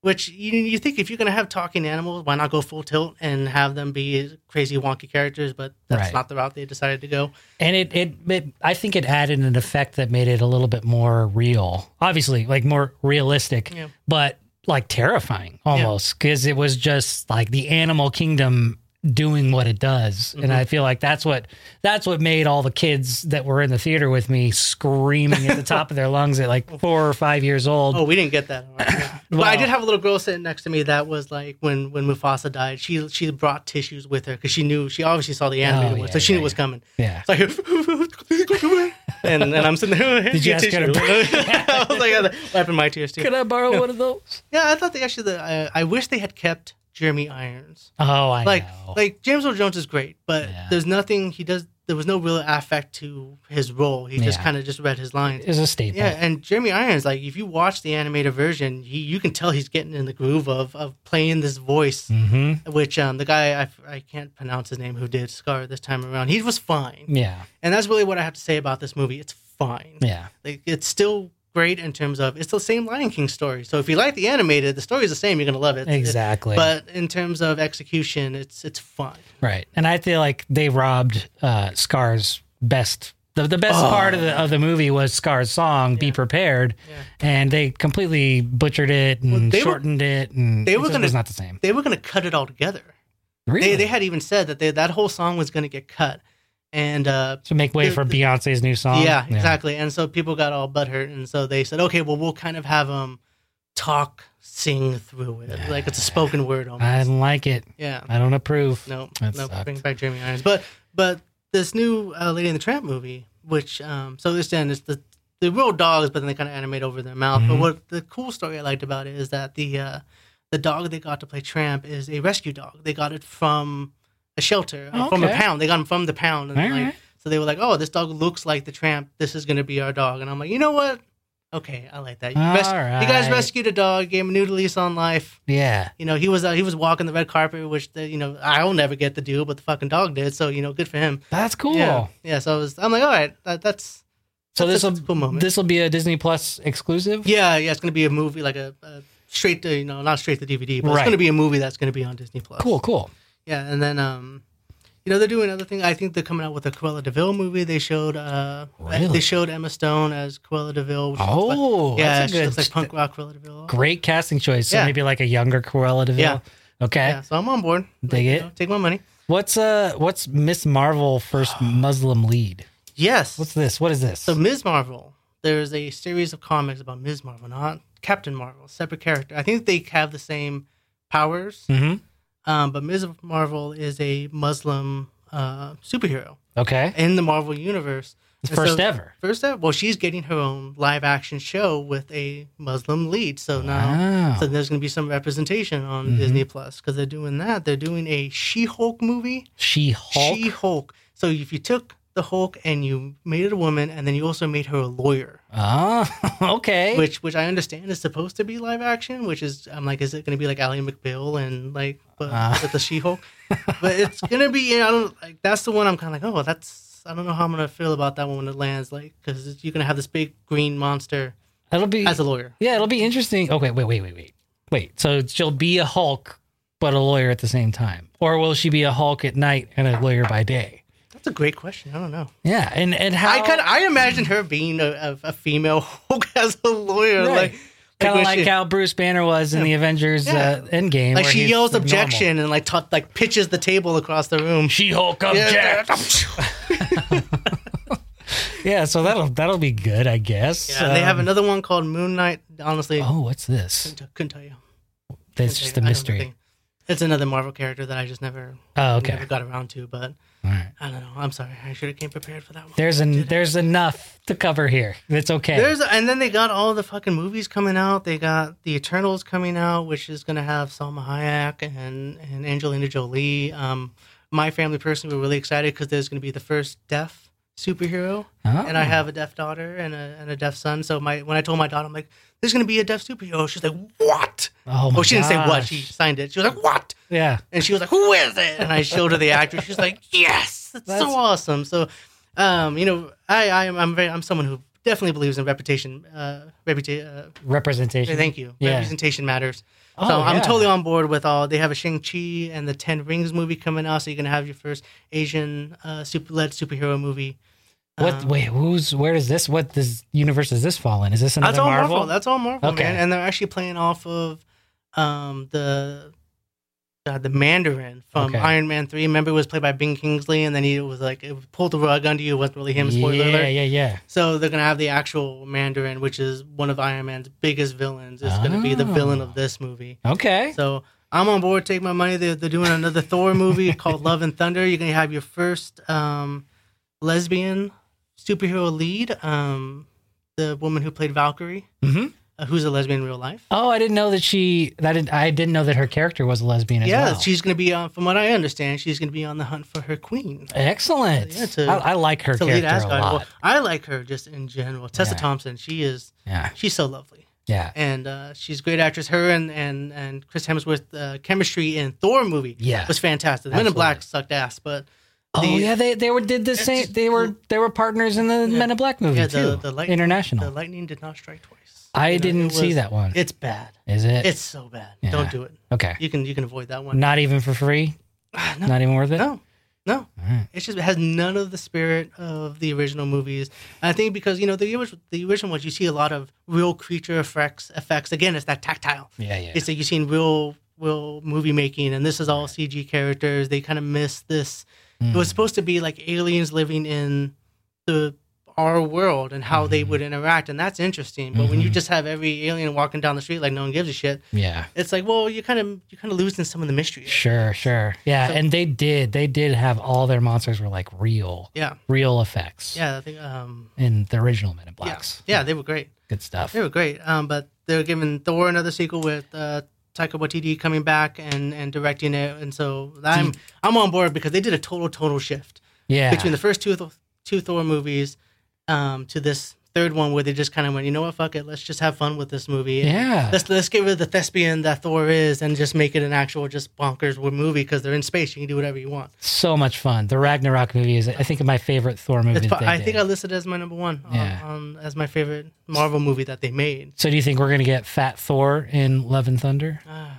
B: Which you, you think if you're gonna have talking animals, why not go full tilt and have them be crazy wonky characters? But that's
A: Right.
B: not the route they decided to go.
A: And it, it it I think it added an effect that made it a little bit more real. Obviously, like more realistic,
B: Yeah.
A: but like terrifying almost because it was just like the animal kingdom doing what it does.
B: Mm-hmm.
A: And I feel like that's what that's what made all the kids that were in the theater with me screaming at the top of their lungs at like 4 or 5 years old.
B: Oh, we didn't get that. But I
A: Well-
B: did have a little girl sitting next to me that was like when when Mufasa died. She she brought tissues with her because she knew she obviously saw the animated
A: Oh,
B: one,
A: yeah,
B: so she knew
A: yeah,
B: it was coming.
A: Yeah.
B: So I hear, and and I'm sitting there.
A: Did you ask her to
B: I was like, I was wiping my tears too.
A: Could I borrow one of those?
B: Yeah, I thought they actually. The, uh, I, I wish they had kept Jeremy Irons.
A: Oh, I
B: Like
A: know.
B: like James Earl Jones is great, but
A: Yeah.
B: there's nothing he does. There was no real affect to his role. He just
A: Yeah.
B: kind of just read his lines.
A: is a staple.
B: Yeah, and Jeremy Irons, like if you watch the animated version, he, you can tell he's getting in the groove of, of playing this voice,
A: hmm
B: which um, the guy I, I can't pronounce his name who did Scar this time around, he was fine,
A: Yeah.
B: and that's really what I have to say about this movie. It's fine,
A: Mm-hmm. Yeah.
B: like it's still great in terms of it's the same Lion King story. So if you like the animated, the story's the same. You're gonna love it.
A: Exactly.
B: But in terms of execution, it's it's fun.
A: Right. And I feel like they robbed uh, Scar's best. The, the best
B: Oh.
A: part of the of the movie was Scar's song "Be Prepared," and they completely butchered it and
B: they were-
A: shortened it, and
B: they
A: it
B: were
A: just
B: gonna-
A: was not the same.
B: They were gonna cut it all together.
A: Really,
B: They they had even said that they, that whole song was gonna get cut, and uh,
A: to make way
B: they-
A: for Beyonce's new song.
B: yeah, exactly. And so people got all butthurt, and so they said, "Okay, well, we'll kind of have them talk, sing through it, like it's a spoken word almost."
A: I didn't like it.
B: yeah,
A: I don't approve.
B: no,
A: That
B: no,
A: sucked.
B: bring back Jeremy Irons. But but this new uh, Lady in the Tramp movie, which um, so this then is the the real dogs, but then they kind of animate over their mouth. But
A: Mhm.
B: what the cool story I liked about it is that the uh, the dog they got to play Tramp is a rescue dog. They got it from a shelter, uh, from a
A: Okay.
B: pound. They got him from the pound, and
A: All
B: like,
A: right.
B: so they were like, "Oh, this dog looks like the tramp. This is gonna be our dog." And I'm like, "You know what? Okay, I like that. You, res-
A: All right.
B: you guys rescued a dog, gave him a new lease on life.
A: Yeah,
B: You know, he was uh, he was walking the red carpet, which the, you know I'll never get to do, but the fucking dog did. So you know, good for him.
A: that's cool.
B: Yeah, yeah. So I was, I'm like, all right, that, that's
A: So
B: that's
A: this
B: a
A: will
B: cool moment.
A: this will be a Disney Plus exclusive.
B: yeah, yeah. It's gonna be a movie like a, a straight to you know not straight to DVD, but
A: Right.
B: it's gonna be a movie that's gonna be on Disney Plus.
A: Cool, cool.
B: Yeah, and then um, you know they're doing another thing. I think they're coming out with a Cruella Deville movie. They showed uh,
A: Really?
B: they showed Emma Stone as Cruella Deville. Which looks like-
A: Oh,
B: yeah,
A: that's a
B: she looks
A: good,
B: like punk rock Cruella Deville.
A: great casting choice. So
B: Yeah.
A: maybe like a younger Cruella Deville.
B: Yeah.
A: Okay.
B: Yeah, so I'm on board. Like,
A: Dig
B: you
A: it.
B: know, take my money.
A: What's uh what's Miss Marvel first Muslim lead?
B: Yes.
A: What's this? What is this?
B: so Ms. Marvel, there's a series of comics about Ms. Marvel, not Captain Marvel, separate character. I think they have the same powers,
A: hmm
B: um, but Ms. Marvel is a Muslim uh, superhero
A: Okay.
B: in the Marvel universe.
A: It's
B: And
A: first
B: so-
A: ever.
B: First up, well, she's getting her own live action show with a Muslim lead. So now,
A: Wow. Mm-hmm.
B: so there's going to be some representation on Disney Plus because they're doing that. They're doing a She Hulk movie.
A: she Hulk.
B: She Hulk. So if you took the Hulk and you made it a woman, and then you also made her a lawyer,
A: Ah, okay.
B: which which I understand is supposed to be live action. Which is, I'm like, is it going to be like Ally McBeal and like but,
A: Ah.
B: with the She Hulk? but it's going to be. I don't like. That's the one I'm kind of like, oh, that's. I don't know how I'm gonna feel about that one when it lands, like, because you're gonna have this big green monster
A: That'll be
B: as a lawyer.
A: yeah. It'll be interesting. Okay. Wait. Wait. Wait. Wait. Wait. So she'll be a Hulk, but a lawyer at the same time, or will she be a Hulk at night and a lawyer by day?
B: That's a great question. I don't know.
A: Yeah. And and how
B: I kind I imagine her being a, a, a female Hulk as a lawyer,
A: Right.
B: like
A: kind
B: when
A: of like
B: she,
A: how Bruce Banner was in the Avengers
B: Yeah.
A: uh, Endgame,
B: like
A: where
B: she
A: he's
B: yells
A: normal.
B: objection and like t- like pitches the table across the room.
A: She Hulk
B: Yeah,
A: object. Yeah. So that'll that'll be good, I guess.
B: Yeah, and they have
A: Um,
B: another one called Moon Knight. Honestly,
A: Oh, what's this?
B: couldn't- couldn't tell you.
A: That's
B: Couldn't
A: just a
B: tell you. I don't know
A: mystery.
B: thing. It's another Marvel character that I just never,
A: Oh, okay.
B: never got around to. But
A: All right.
B: I don't know. I'm sorry. I should have came prepared for that one.
A: There's an there's enough to cover here. It's okay.
B: There's and then they got all the fucking movies coming out. They got the Eternals coming out, which is gonna have Salma Hayek and and Angelina Jolie. Um, my family personally were really excited because there's gonna be the first deaf superhero,
A: Oh.
B: and I have a deaf daughter and a and a deaf son. So my when I told my daughter, I'm like, "There's gonna be a deaf superhero," she's like, "What?"
A: oh my
B: well, she didn't say what.
A: gosh.
B: She signed it. She was like, "What?"
A: yeah.
B: And she was like, "Who is it?" And I showed her the actor. She's like, "Yes, that's,
A: That's-
B: so awesome." So, um, you know, I, I am I'm very I'm someone who definitely believes in reputation. Uh, reputation. Uh,
A: Representation.
B: thank you.
A: Yeah.
B: Representation matters.
A: Oh,
B: so I'm
A: yeah.
B: totally on board with all. They have a Shang Chi and the Ten Rings movie coming out. So you're gonna have your first Asian uh, super led superhero movie.
A: What?
B: Um,
A: wait. Who's? Where does this? What this universe does this fall in? Is this another
B: That's all Marvel?
A: Marvel?
B: That's all Marvel,
A: Okay.
B: man. And they're actually playing off of um, the uh, the Mandarin from
A: Okay.
B: Iron Man Three. Remember, it was played by Bing Kingsley, and then he was like, it pulled the rug under you. It wasn't really him. Spoiler
A: yeah,
B: alert.
A: yeah, yeah.
B: So they're gonna have the actual Mandarin, which is one of Iron Man's biggest villains. Is gonna be the villain
A: Oh.
B: of this movie.
A: Okay.
B: So I'm on board. Take my money. They're, they're doing another Thor movie called Love and Thunder. You're gonna have your first um, lesbian superhero lead, um, the woman who played Valkyrie
A: hmm
B: uh, who's a lesbian in real life.
A: Oh, I didn't know that she. That didn't, I didn't know that her character was a lesbian as
B: yeah,
A: well.
B: she's going to be on. From what I understand, she's going to be on the hunt for her queen
A: excellent.
B: Yeah, to-
A: I, I like her
B: to
A: character
B: lead
A: a
B: Asgard.
A: lot.
B: Well, I like her just in general. Tessa
A: Yeah.
B: Thompson, she is
A: yeah,
B: she's so lovely,
A: yeah,
B: and uh, she's a great actress. Her and and and Chris Hemsworth uh, chemistry in Thor movie
A: yeah.
B: was fantastic. The Men in
A: Absolutely.
B: Black sucked ass, but
A: oh,
B: the-
A: yeah. They they were did the
B: It's
A: same.
B: just-
A: They were they were partners in the Men in Black movie
B: yeah,
A: too.
B: the, the lightning
A: International.
B: the lightning did not strike twice.
A: I
B: You know,
A: didn't
B: it
A: see
B: was-
A: that one. Is
B: It's bad.
A: it?
B: It's so bad.
A: Yeah.
B: Don't do it.
A: okay.
B: You can you can avoid that one.
A: Not even for free.
B: No.
A: Not even worth it.
B: No, no.
A: Alright.
B: It's just it has none of the spirit of the original movies. And I think because you know the orig- the original ones, you see a lot of real creature effects. Effects again, it's that tactile.
A: Yeah, yeah.
B: It's that you see in real real movie making, and this is all CG characters. They kind of miss this.
A: Hmm.
B: It
A: Mm.
B: was supposed to be like aliens living in the our world and how
A: Mm-hmm.
B: they would interact, and that's interesting. But when you
A: Mhm.
B: just have every alien walking down the street like no one gives a shit,
A: yeah.
B: it's like well you kind of you kind of losing some of the mystery.
A: Sure, sure. Yeah,
B: So-
A: and they did. They did have all their monsters were like real,
B: Yeah,
A: real effects.
B: yeah. I think um,
A: In the original Men in
B: yeah,
A: Blacks.
B: yeah, they were great.
A: Good stuff.
B: They were great. Um, but they're giving Thor another sequel with uh, Taika Waititi coming back and, and directing it, and so I'm I'm on board because they did a total total shift
A: Mm. Yeah.
B: between the first two Thor- two Thor movies um, to this third one where they just kind of went, you know what, fuck it, let's just have fun with this movie. And
A: Yeah.
B: Let's, let's get rid of the thespian that Thor is and just make it an actual just bonkers movie because they're in space. You can do whatever you want.
A: so much fun. The Ragnarok movie is, I think, my favorite Thor movie.
B: It's,
A: that
B: pro-
A: they
B: I
A: did.
B: think I listed it as my number one on,
A: Yeah.
B: on, as my favorite Marvel movie that they made.
A: so do you think we're gonna get Fat Thor in Love and Thunder?
B: Ah.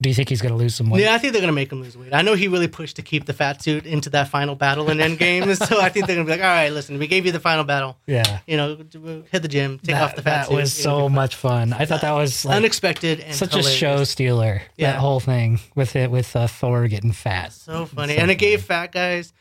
A: Do you think he's gonna lose some weight?
B: Yeah, I think they're gonna make him lose weight. I know he really pushed to keep the fat suit into that final battle in Endgame, and so I think they're gonna be like, "All right, listen, we gave you the final battle.
A: Yeah.
B: You know, hit the gym, take
A: that
B: off the fat
A: that
B: suit."
A: was
B: It'll
A: so
B: be
A: much fun. I thought that was like
B: unexpected and
A: such
B: hilarious.
A: a show stealer.
B: Yeah.
A: That whole thing with it with uh, Thor getting fat.
B: So funny, and it gave fat guys.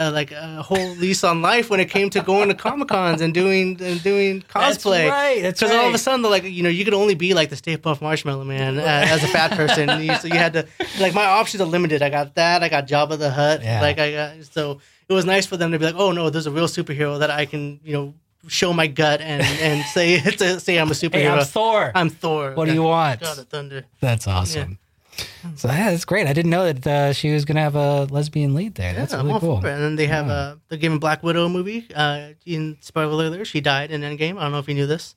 B: Uh, like a whole lease on life when it came to going to comic cons and doing and doing cosplay.
A: That's right. That's
B: Because
A: right.
B: all of a sudden, they're like, you know, you could only be like the Stay Puft Marshmallow Man uh, as a fat person. And you, so you had to, like, my options are limited. I got that. I got Jabba the Hutt.
A: Yeah.
B: Like, I got, so it was nice for them to be like, oh, no, there's a real superhero that I can, you know, show my gut and, and say to say I'm a superhero.
A: Hey, I'm Thor.
B: I'm Thor.
A: what do you want?
B: God, the thunder.
A: That's awesome.
B: Hmm.
A: So yeah, that's great. I didn't know that uh, she was gonna have a lesbian lead there. that's
B: Yeah, I'm
A: really
B: all
A: cool.
B: for it. And then they have, uh, they're giving Black Widow a movie. Uh, in spoiler alert, she died in Endgame. I don't know if you knew this,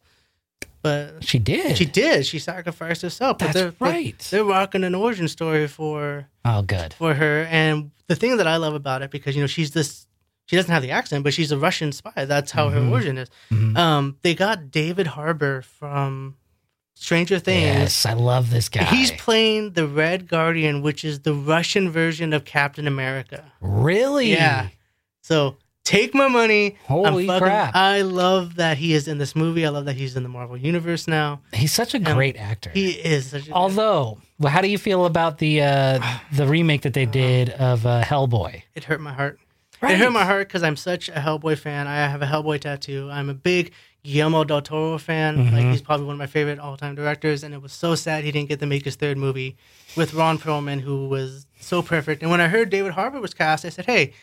B: but
A: She did.
B: She did. She sacrificed herself.
A: That's
B: they're, but
A: right.
B: They're rocking an origin story for
A: oh, good.
B: for her. And the thing that I love about it, because you know she's this, she doesn't have the accent, but she's a Russian spy. That's how
A: Mhm.
B: her origin is.
A: Mhm.
B: Um, they got David Harbour from Stranger Things.
A: Yes, I love this guy.
B: He's playing the Red Guardian, which is the Russian version of Captain America.
A: really.
B: Yeah. So take my money. I'm
A: Holy
B: fucking-
A: crap.
B: I love that he is in this movie. I love that he's in the Marvel universe now.
A: He's such a
B: Um,
A: great actor.
B: He is such a
A: Although, well, how do you feel about the uh, the remake that they
B: Uh-huh.
A: did of uh, Hellboy?
B: it hurt my heart.
A: Right.
B: It hurt my heart because I'm such a Hellboy fan. I have a Hellboy tattoo. I'm a big Guillermo del Toro fan. Like he's probably one of my favorite all time directors, and it was so sad he didn't get to make his third movie with Ron Perlman, who was so perfect. And when I heard David Harbour was cast, I said, "Hey,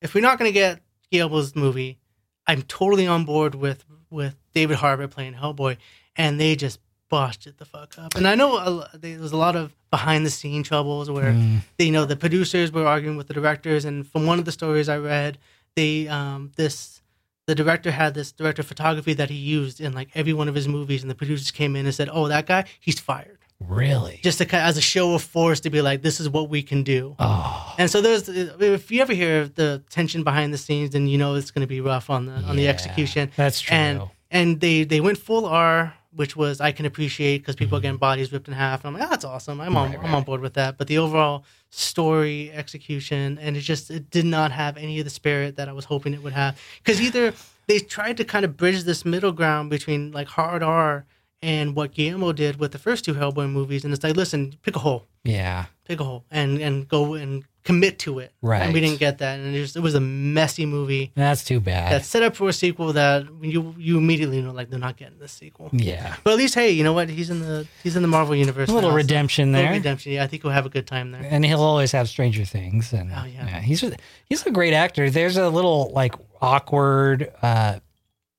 B: if we're not going to get Guillermo's movie, I'm totally on board with with David Harbour playing Hellboy." And they just botched it the fuck up. And I know a, lo- there was a lot of behind the scene troubles where
A: Mm,
B: they, you know the producers were arguing with the directors. And from one of the stories I read, they um, this the director had this director of photography that he used in like every one of his movies, and the producers came in and said, "Oh, that guy, he's fired."
A: Really?
B: Just to, kind- as a show of force to be like, "This is what we can do."
A: Oh,
B: And so there's, if you ever hear the tension behind the scenes, then you know it's going to be rough on the on the
A: Yeah,
B: execution.
A: that's true.
B: And and they they went full R, which was I can appreciate because people are getting bodies ripped in half, and I'm like, "Ah, that's awesome. I'm on
A: Mm-hmm. Right,
B: I'm on board with that. But the overall story execution and it just it did not have any of the spirit that I was hoping it would have. Because either they tried to kind of bridge this middle ground between like hard R and what Guillermo did with the first two Hellboy movies, and it's like, listen, pick a hole
A: yeah.
B: pick a hole and and go and commit to it. And
A: Right.
B: we didn't get that, and it, just, it was a messy movie
A: That's too bad.
B: that's set up for a sequel that you you immediately know like they're not getting this sequel.
A: yeah.
B: But at least hey, you know what? He's in the he's in the Marvel universe.
A: A little
B: now, so-
A: redemption
B: little
A: there.
B: redemption. Yeah, I think we'll have a good time there.
A: and he'll always have Stranger Things. And
B: Oh, yeah.
A: he's a, he's a great actor. There's a little like awkward uh,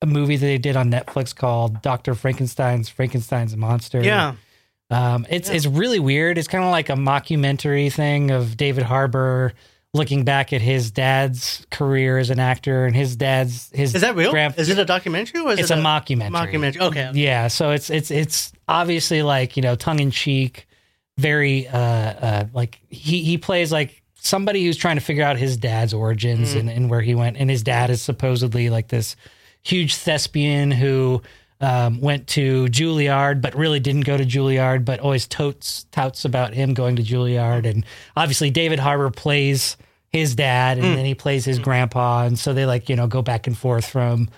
A: movie that they did on Netflix called Doctor Frankenstein's Frankenstein's Monster.
B: Yeah,
A: um, it's
B: Yeah.
A: it's really weird. It's kind of like a mockumentary thing of David Harbour looking back at his dad's career as an actor and his dad's his
B: is that real?
A: grand-
B: is it a documentary or is
A: it's
B: it
A: a mockumentary.
B: mockumentary? Okay,
A: Yeah, so it's it's it's obviously like you know tongue in cheek, very uh, uh like he he plays like somebody who's trying to figure out his dad's origins and, and where he went, and his dad is supposedly like this huge thespian who um, went to Juilliard, but really didn't go to Juilliard, but always totes touts about him going to Juilliard, and obviously David Harbour plays his dad, and then he plays his grandpa, and so they like you know go back and forth from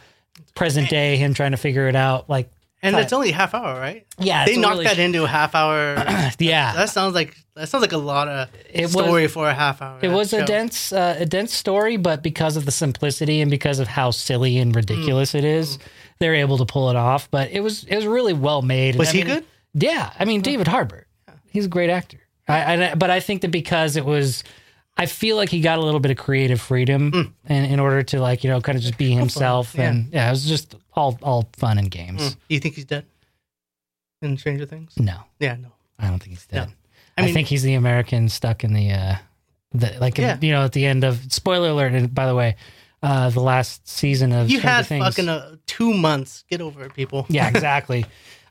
A: present day him trying to figure it out like
B: and
A: Cut.
B: it's only a half hour, right?
A: yeah
B: they knocked that into a half hour.
A: yeah
B: that sounds like that sounds like a lot of
A: It was-
B: story for a half hour.
A: it was a
B: show.
A: dense uh, a dense story but because of the simplicity and because of how silly
B: Mm.
A: and ridiculous it is they're able to pull it off but it was it was really well made And
B: Was
A: I
B: he
A: mean-
B: good?
A: yeah i mean david harbour he's a great actor I, I but i think that because it was I feel like he got a little bit of creative freedom in, in order to like, you know, kind of just be himself.
B: Mm. yeah.
A: And yeah, it was just all, all fun and games.
B: Mm. You think he's dead in Stranger Things?
A: No,
B: Yeah, no.
A: I don't think he's
B: No.
A: dead. I,
B: I mean,
A: think he's the American stuck in the, uh, the like
B: Yeah.
A: you know at the end of spoiler alert. and By the way, uh, the last season of
B: you
A: Stranger
B: had
A: Things.
B: fucking uh, two months. Get over it, people.
A: yeah, exactly.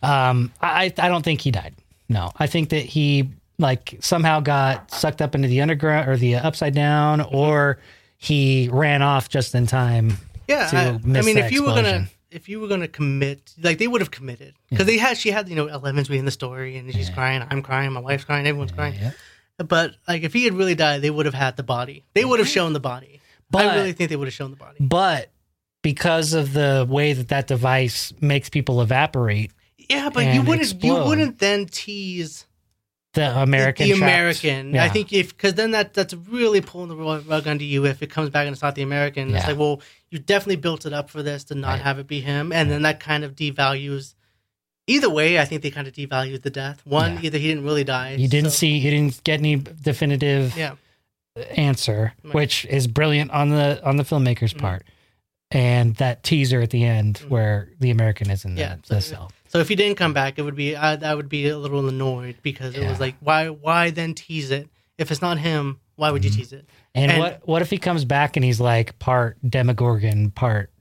A: um, I I I don't think he died. No, I think that he like somehow got sucked up into the underground or the uh, upside down, or he ran off just in time.
B: Yeah,
A: to
B: Mm-hmm. I, I
A: miss
B: mean,
A: that
B: if you were gonna,
A: explosion.
B: if you were gonna commit, like they would have committed because they had, she had, you know, Eleven's reading the story and she's crying, I'm crying, my wife's crying, everyone's crying.
A: Yeah.
B: But like, if he had really died, they would have had the body. They would have shown the body.
A: But-
B: I really think they would have shown the body.
A: But because of the way that that device makes people evaporate,
B: Yeah, but you
A: And
B: wouldn't,
A: explode.
B: you wouldn't then tease
A: the American
B: the
A: trapped-
B: American. I
A: Yeah.
B: think if because then that that's really pulling the rug rug under you if it comes back and it's not the American. It's
A: Yeah.
B: like, well, you definitely built it up for this to not
A: Right.
B: have it be him, and then that kind of devalues. Either way, I think they kind of devalued the death. One,
A: Yeah.
B: either he didn't really die.
A: You didn't
B: so-
A: see, you didn't get any definitive
B: Yeah,
A: answer,
B: Right. Mm-hmm.
A: which is brilliant on the on the filmmaker's part, and that teaser at the end where the American is in the,
B: Yeah, Mm-hmm.
A: the
B: so-
A: cell.
B: so if he didn't come back, it would be I, I would be a little annoyed because it
A: Yeah.
B: was like, why why then tease it if it's not him? Why would you
A: Mm-hmm.
B: tease it?
A: And,
B: and-
A: what what if he comes back and he's like part Demogorgon, part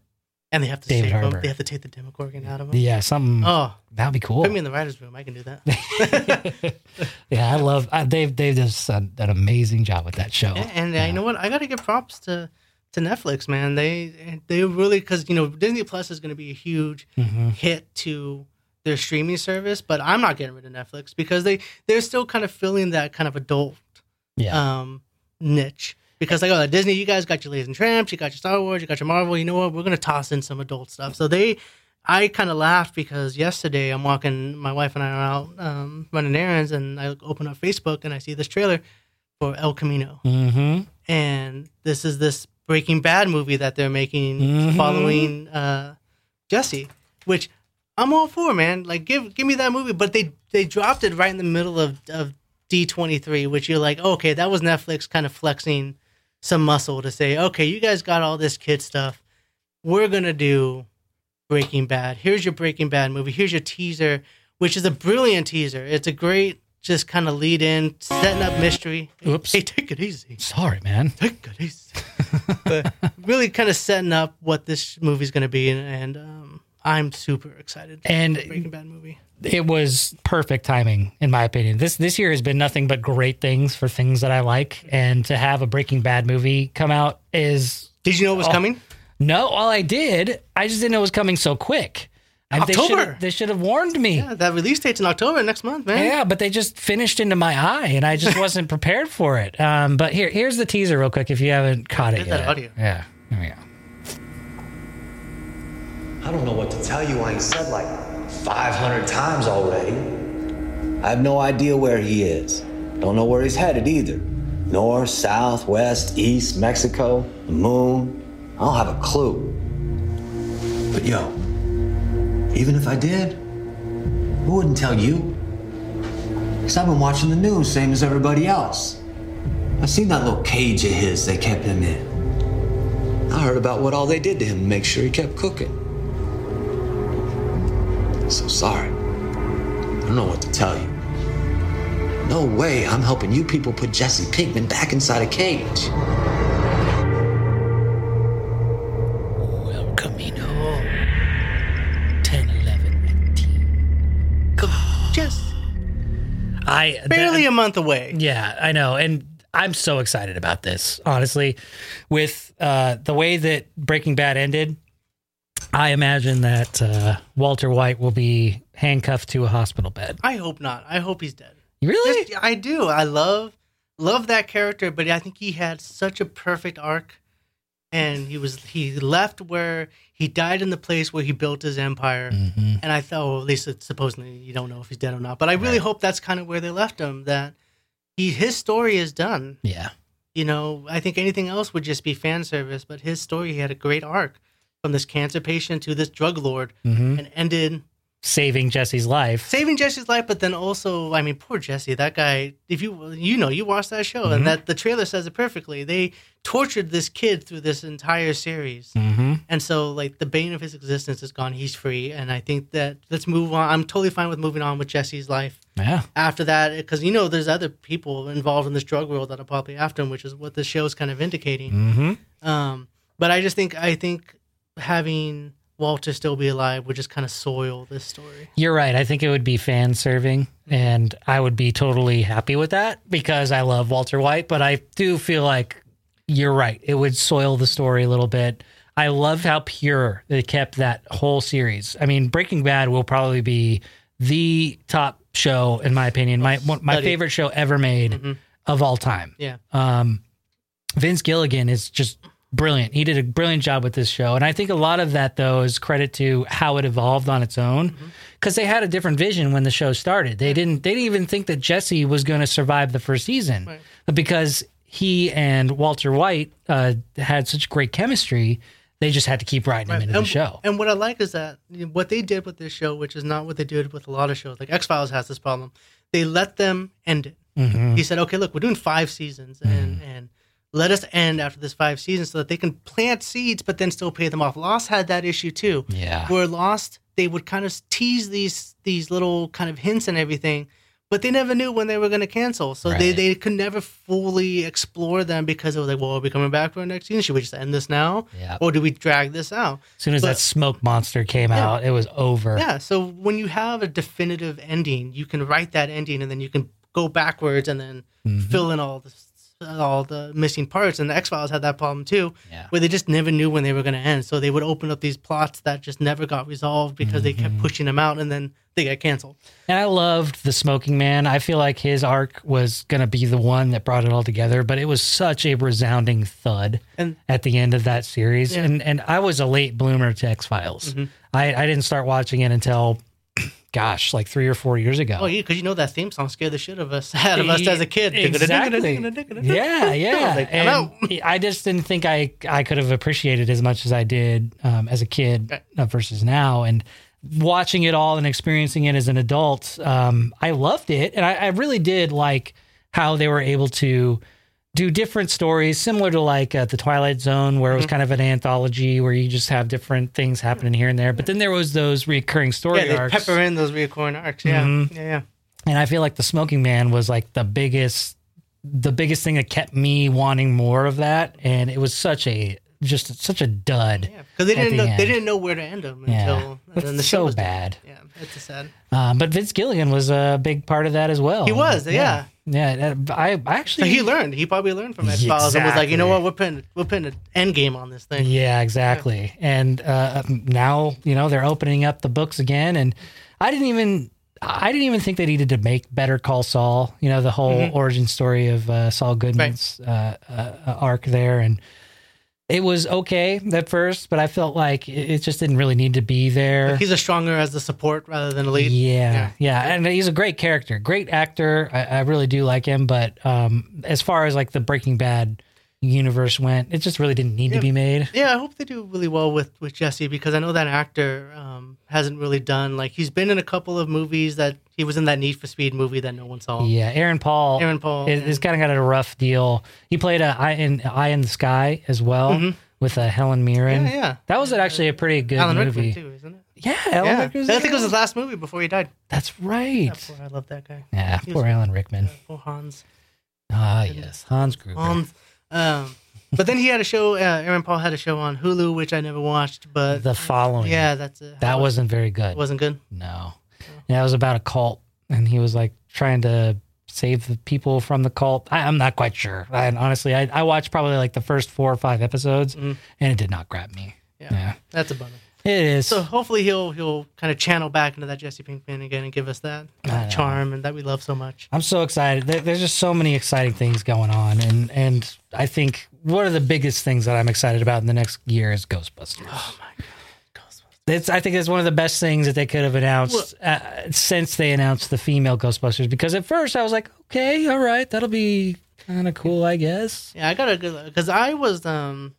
B: And they have to
A: David
B: save him.
A: Harbour.
B: They have to take the Demogorgon out of him.
A: yeah something
B: Oh,
A: that'd be cool.
B: put me in the writers' room. I can do that.
A: yeah, I love I, they've they've just done an amazing job with that show.
B: Yeah, and uh, you know what? I got to give props to to Netflix, man. They they really because you know Disney Plus is going to be a huge
A: Mhm.
B: hit to their streaming service, but I'm not getting rid of Netflix because they they're still kind of filling that kind of adult
A: Yeah,
B: um niche. Because like oh Disney, you guys got your Ladies and Tramps, you got your Star Wars, you got your Marvel. You know what? We're gonna toss in some adult stuff. So they, I kind of laughed because yesterday I'm walking, my wife and I are out um, running errands, and I open up Facebook and I see this trailer for El Camino
A: mm-hmm.
B: and this is this Breaking Bad movie that they're making
A: Mhm.
B: following uh, Jesse. which I'm all for, man. Like, give give me that movie. But they they dropped it right in the middle of of D23, which you're like, okay, that was Netflix kind of flexing some muscle to say, okay, you guys got all this kid stuff. We're gonna do Breaking Bad. Here's your Breaking Bad movie. Here's your teaser, which is a brilliant teaser. It's a great just kind of lead in, setting up mystery.
A: Oops.
B: Hey, take it easy.
A: Sorry, man.
B: Take it easy. but really kind of setting up what this movie's going to be. And, and um, I'm super excited.
A: And-
B: for the Breaking Bad movie.
A: It was perfect timing, in my opinion. This this year has been nothing but great things for things that I like, and to have a Breaking Bad movie come out is
B: Did you know it was coming?
A: no. All I did, I just didn't know it was coming so quick. And they
B: October.
A: should've- They should have warned me.
B: Yeah, Uh, that release date's in October next month, man.
A: Yeah, but they just finished into my eye, and I just wasn't prepared for it. Um, but here, here's the teaser, real quick, if you haven't caught it
B: Get that
A: yet.
B: audio.
A: Yeah, there we go.
D: I don't know what to tell you. I ain't said like 500 times already. I have no idea where he is. Don't know where he's headed either. North, south, west, east, Mexico, the moon. I don't have a clue. But yo, even if I did, who wouldn't tell you? Because I've been watching the news, same as everybody else. I seen that little cage of his they kept him in. I heard about what all they did to him to make sure he kept cooking. So sorry. I don't know what to tell you. No way I'm helping you people put Jesse Pinkman back inside a cage.
A: El Camino. 10, 11, 19.
B: Just
A: I that-
B: barely a month away.
A: yeah, I know, and I'm so excited about this. Honestly, with uh, the way that Breaking Bad ended, I imagine that uh, Walter White will be handcuffed to a hospital bed.
B: I hope not. I hope he's dead.
A: Really?
B: Just, I do. I love love that character, but I think he had such a perfect arc, and he was he left where he died in the place where he built his empire,
A: Mm-hmm,
B: and I thought, well, at least it's supposedly you don't know if he's dead or not, but I really hope that's kind of where they left him. That he his story is done.
A: yeah.
B: You know, I think anything else would just be fan service, but his story he had a great arc from this cancer patient to this drug lord,
A: hmm
B: and ended
A: Saving Jesse's life.
B: saving Jesse's life, but then also, I mean, poor Jesse. That guy. If you you know you watched that show, and that the trailer says it perfectly. They tortured this kid through this entire series,
A: hmm
B: and so like the bane of his existence is gone. He's free, and I think that let's move on. I'm totally fine with moving on with Jesse's life
A: Yeah.
B: after that, because you know there's other people involved in this drug world that are probably after him, which is what the show's kind of indicating.
A: hmm
B: Um, but I just think I think having Walter still be alive would just kind of soil this story.
A: You're right. I think it would be fan serving, and I would be totally happy with that because I love Walter White. But I do feel like you're right. It would soil the story a little bit. I love how pure they kept that whole series. I mean, Breaking Bad will probably be the top show, in my opinion, my one, my
B: Studied.
A: favorite show ever made of all time.
B: Yeah.
A: Um, Vince Gilligan is just brilliant. He did a brilliant job with this show. And I think a lot of that, though, is credit to how it evolved on its own
B: Mm-hmm.
A: because they had a different vision when the show started. They didn't, they didn't even think that Jesse was going to survive the first season but because he and Walter White uh, had such great chemistry. They just had to keep writing him into
B: and,
A: the show.
B: And what I like is that you know, what they did with this show, which is not what they did with a lot of shows, like X Files has this problem. They let them end it.
A: Mm-hmm.
B: He said, "Okay, look, we're doing five seasons, and and let us end after this five seasons, so that they can plant seeds, but then still pay them off." Lost had that issue too.
A: Yeah.
B: where Lost they would kind of tease these these little kind of hints and everything. But they never knew when they were going to cancel, so they,
A: Right.
B: they could never fully explore them because it was like, well, are we coming back for our next season? Should we just end this now,
A: Yeah.
B: or do we drag this out?
A: As soon as
B: but-
A: that smoke monster came
B: Yeah.
A: out, it was over.
B: Yeah. So when you have a definitive ending, you can write that ending, and then you can go backwards and then
A: Mm-hmm.
B: fill in all the all the missing parts. And the X Files had that problem too,
A: Yeah.
B: where they just never knew when they were going to end. So they would open up these plots that just never got resolved because they
A: Mm-hmm.
B: kept pushing them out, and then they got canceled.
A: And I loved the Smoking Man. I feel like his arc was going to be the one that brought it all together, but it was such a resounding thud
B: And-
A: at the end of that series.
B: Yeah. Mm-hmm.
A: And and I was a late bloomer to X Files. I, I didn't start watching it until, gosh, like three or four years ago.
B: Oh, yeah, because you know that theme song scared the shit of us out of us as a kid.
A: Exactly. yeah, yeah.
B: Like, I'm out.
A: and I just didn't think I I could have appreciated as much as I did um, as a kid uh, versus now. And watching it all and experiencing it as an adult, um, I loved it, and I, I really did like how they were able to do different stories, similar to like uh, the Twilight Zone, where it was
B: Mm-hmm.
A: kind of an anthology where you just have different things happening here and there. But then there was those recurring story
B: Yeah, they
A: arcs,
B: pepper in those recurring arcs. Yeah,
A: Mm-hmm.
B: yeah, yeah.
A: and I feel like the Smoking Man was like the biggest, the biggest thing that kept me wanting more of that, and it was such a just such a dud.
B: Yeah, because they
A: at
B: didn't
A: the
B: know
A: end.
B: they didn't know where to end them
A: Yeah,
B: until and then the
A: it's
B: show
A: so
B: was done.
A: bad.
B: Yeah, it's sad.
A: Um, but Vince Gilligan was a big part of that as well.
B: He was, yeah.
A: yeah. that- I I actually,
B: So he learned. He probably learned from X Files and was like, you know what, we're putting we're putting an end game on this thing.
A: yeah, exactly. And uh, now you know they're opening up the books again, and I didn't even. I didn't even think they needed to make Better Call Saul. You know the whole
B: Mm-hmm.
A: origin story of uh, Saul Goodman's uh, uh, arc there, and it was okay at first, but I felt like it, it just didn't really need to be there.
B: He's a stronger as the support rather than a lead.
A: Yeah, yeah, and he's a great character, great actor. I, I really do like him, but um, as far as like the Breaking Bad universe went, it just really didn't need to be made.
B: Yeah, I hope they do really well with with Jesse because I know that actor um, hasn't really done like he's been in a couple of movies that he was in that Need for Speed movie that no one saw.
A: Yeah, Aaron Paul.
B: Aaron Paul,
A: is, kind of got a rough deal. He played a Eye in Eye in the Sky as well with uh, Helen Mirren.
B: Mm-hmm. Yeah, yeah.
A: that was actually a pretty good
B: Alan
A: movie.
B: Rickman too, isn't it?
A: Yeah, Alan
B: yeah,
A: Rickman was
B: I
A: in
B: think it was his last movie before he died.
A: That's right.
B: Boy, I love that guy.
A: Yeah,
B: He was-
A: poor Alan Rickman.
B: Poor Hans.
A: Ah, yes, Hans Gruber.
B: Hans. Um, but then he had a show. Uh, Aaron Paul had a show on Hulu, which I never watched. But
A: the following.
B: yeah, that's it.
A: that wasn't very good.
B: wasn't good.
A: No. Yeah, it was about a cult, and he was like trying to save the people from the cult. I, I'm not quite sure. I, and honestly, I, I watched probably like the first four or five episodes, and it did not grab me.
B: Mm-hmm. Yeah,
A: Yeah.
B: that's a bummer.
A: It is.
B: So hopefully he'll he'll kind of channel back into that Jesse Pinkman again and give us that, that charm and that we love so much.
A: I'm so excited. There, there's just so many exciting things going on, and and I think one of the biggest things that I'm excited about in the next year is Ghostbusters. Oh my god, Ghostbusters! It's, I think it's one of the best things that they could have announced uh, since they announced the female Ghostbusters. Because at first I was like, okay, all right, that'll be kind of cool, I guess.
B: Yeah, I got a good because I was um,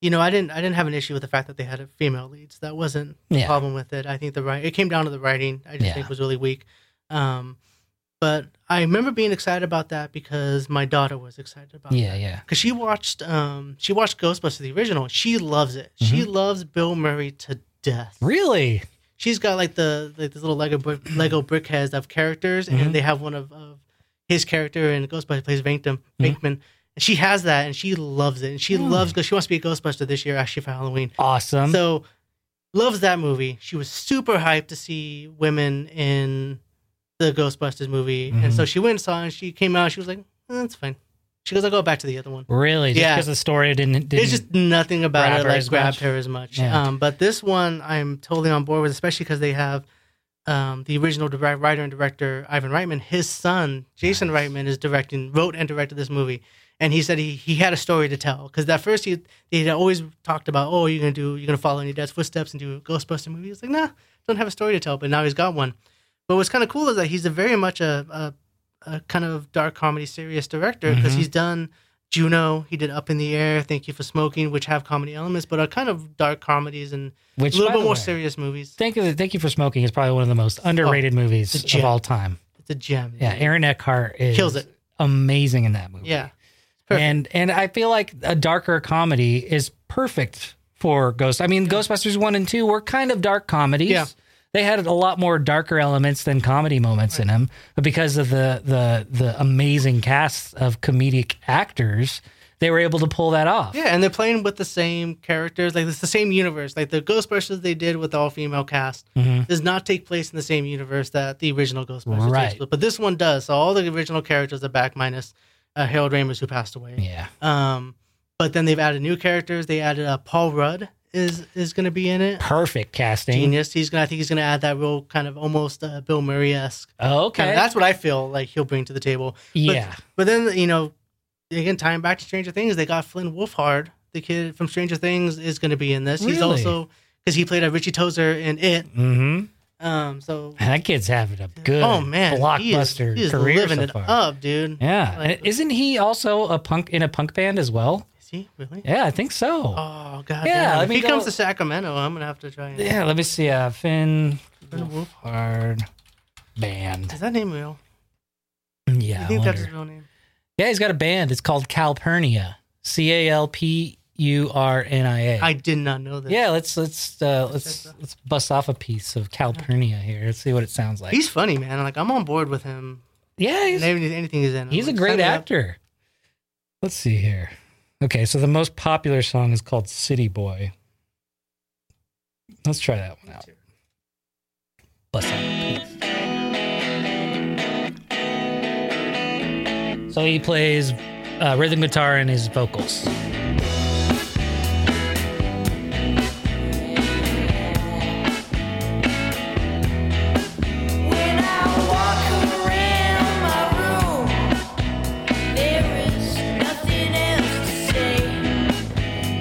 B: you know, I didn't I didn't have an issue with the fact that they had female leads. That wasn't the
A: Yeah.
B: problem with it. I think the right it came down to the writing. I just
A: Yeah.
B: think it was really weak. Um, but I remember being excited about that because my daughter was excited about.
A: Yeah, yeah,
B: because she watched um she watched Ghostbusters the original. She loves it. She
A: Mm-hmm.
B: loves Bill Murray to death.
A: really.
B: she's got like the like this little Lego brick, Lego brick heads of characters, and they have one of, of his character and Ghostbuster plays Vinkman. Vinkman. And she has that, and she loves it, and she loves because she wants to be a Ghostbuster this year, actually for Halloween.
A: Awesome.
B: So loves that movie. She was super hyped to see women in the Ghostbusters movie, and so she went and saw, it, and she came out. She was like, "Eh, "That's fine." She goes, "I'll go back to the other one."
A: really, just
B: Yeah.
A: because the story didn't. didn't
B: There's just nothing about
A: grab
B: it
A: her
B: like
A: as
B: grabbed
A: much.
B: her as much.
A: Yeah.
B: Um, but this one I'm totally on board with, especially because they have um, the original direct, writer and director Ivan Reitman. His son Jason Reitman is directing, wrote and directed this movie, and he said he, he had a story to tell because at first he they had always talked about oh you're gonna do you're gonna follow in your dad's footsteps and do a Ghostbuster movie. It's like nah, don't have a story to tell, but now he's got one. But what's kind of cool is that he's a very much a, a a kind of dark comedy serious director because
A: Mm-hmm.
B: he's done Juno, he did Up in the Air, Thank You for Smoking, which have comedy elements but are kind of dark comedies and
A: Which,
B: a little
A: by
B: bit
A: the
B: more
A: way-
B: serious movies.
A: Thank you, thank you for smoking. Is probably one of the most underrated movies
B: gem.
A: of all time.
B: It's a gem.
A: Yeah, Aaron Eckhart is
B: Mm-hmm. Kills it.
A: Amazing in that movie.
B: Yeah. Perfect.
A: and and I feel like a darker comedy is perfect for Ghost. I mean, Ghostbusters one and two were kind of dark comedies.
B: Yeah.
A: They had a lot more darker elements than comedy moments in them, but because of the the the amazing cast of comedic actors, they were able to pull that off.
B: Yeah, and they're playing with the same characters. Like it's the same universe. Like the Ghostbusters they did with the all female cast
A: Mm-hmm.
B: does not take place in the same universe that the original Ghostbusters
A: Right.
B: takes place. But this one does. So all the original characters are back minus uh, Harold Ramis who passed away.
A: Yeah.
B: Um, but then they've added new characters. They added uh, Paul Rudd is is going to be in it.
A: Perfect casting.
B: Genius. He's gonna. I think he's gonna add that real kind of almost uh, Bill Murray esque.
A: Oh, okay.
B: Kind of, that's what I feel like he'll bring to the table. But-
A: Yeah.
B: But then you know, again, tying back to Stranger Things, they got Flynn Wolfhard, the kid from Stranger Things, is going to be in this. He's
A: Really?
B: also because he played a Richie Tozer in it.
A: mm-hmm.
B: Um. So.
A: That kid's having a good
B: oh man, he is-
A: blockbuster
B: he is
A: career
B: living
A: so
B: it
A: far.
B: up, dude.
A: Yeah,
B: Like-
A: And isn't he also a punk in a punk band as well?
B: Is he really?
A: Yeah, I think so.
B: Oh god.
A: Yeah,
B: damn.
A: let
B: If
A: me
B: he
A: go-
B: comes to Sacramento, I'm gonna have to try. And...
A: Yeah, let me see. Uh, Finn
B: Finn Wolf.
A: Hard Band. Mm,
B: Is that name real?
A: Yeah,
B: I
A: I
B: think that's his
A: wonder.
B: real name.
A: yeah. He's got a band. It's called Calpurnia. C A L P U R N I A.
B: I did not know this.
A: Yeah, let's let's uh, let's let's bust off a piece of Calpurnia here. Let's see what it sounds like.
B: He's funny, man. Like I'm on board with him.
A: yeah,
B: And
A: he's,
B: Anything anything he's in. I'm
A: he's a
B: like,
A: great
B: sign me up.
A: actor. Let's see here. Okay, so the most popular song is called City Boy. Let's try that one out. Bust off a piece. So he plays uh, rhythm guitar and his vocals.
C: When I walk around my room, there is nothing else to say.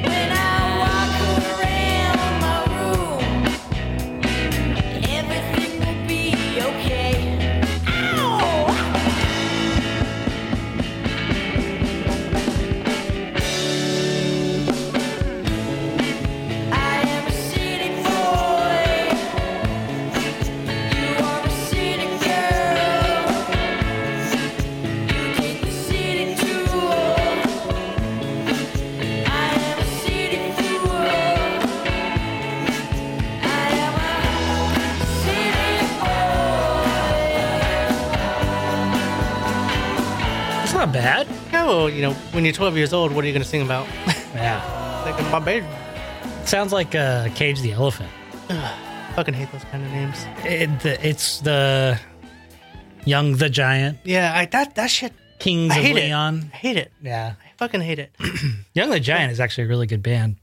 C: When I walk around my room, everything will be okay. Ow! I am a city boy. You are a city girl. You take the city tour. I am a city fool. I am a city boy.
A: It's not bad.
B: Yeah, well, you know, when you're 12 years old, what are you gonna sing about?
A: Yeah,
B: like my baby.
A: sounds like uh, Cage the Elephant.
B: Fucking hate those kind of names.
A: It, the, it's the Young the Giant,
B: Yeah, I that that shit.
A: Kings
B: I
A: of
B: hate
A: Leon.
B: it. I hate it.
A: Yeah.
B: I fucking hate it.
A: Young the Giant is actually a really good band.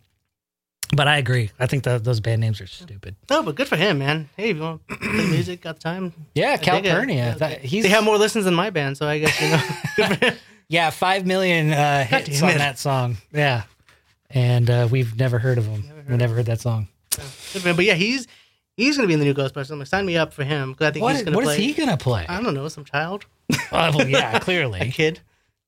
A: But I agree. I think tho- those band names are stupid.
B: No, but good for him, man. Hey, if you want to play music, got time.
A: Yeah,
B: I dig it.
A: Calpurnia.
B: Yeah.
A: That- he's-
B: They have more listens than my band, so I guess you know. Good for him.
A: Yeah, 5 million uh,
B: God
A: hits
B: damn
A: on
B: it.
A: that song. Yeah. And uh, we've never heard of him. we never heard that song.
B: Good for him. But yeah, he's he's gonna be in the new Ghostbusters. I'm like, sign me up for him because I think
A: What
B: he's
A: is,
B: gonna
A: what
B: play. Uh,
A: is he going to play?
B: I don't know, some child,
A: Oh, well, yeah,
B: a
A: clearly.
B: kid,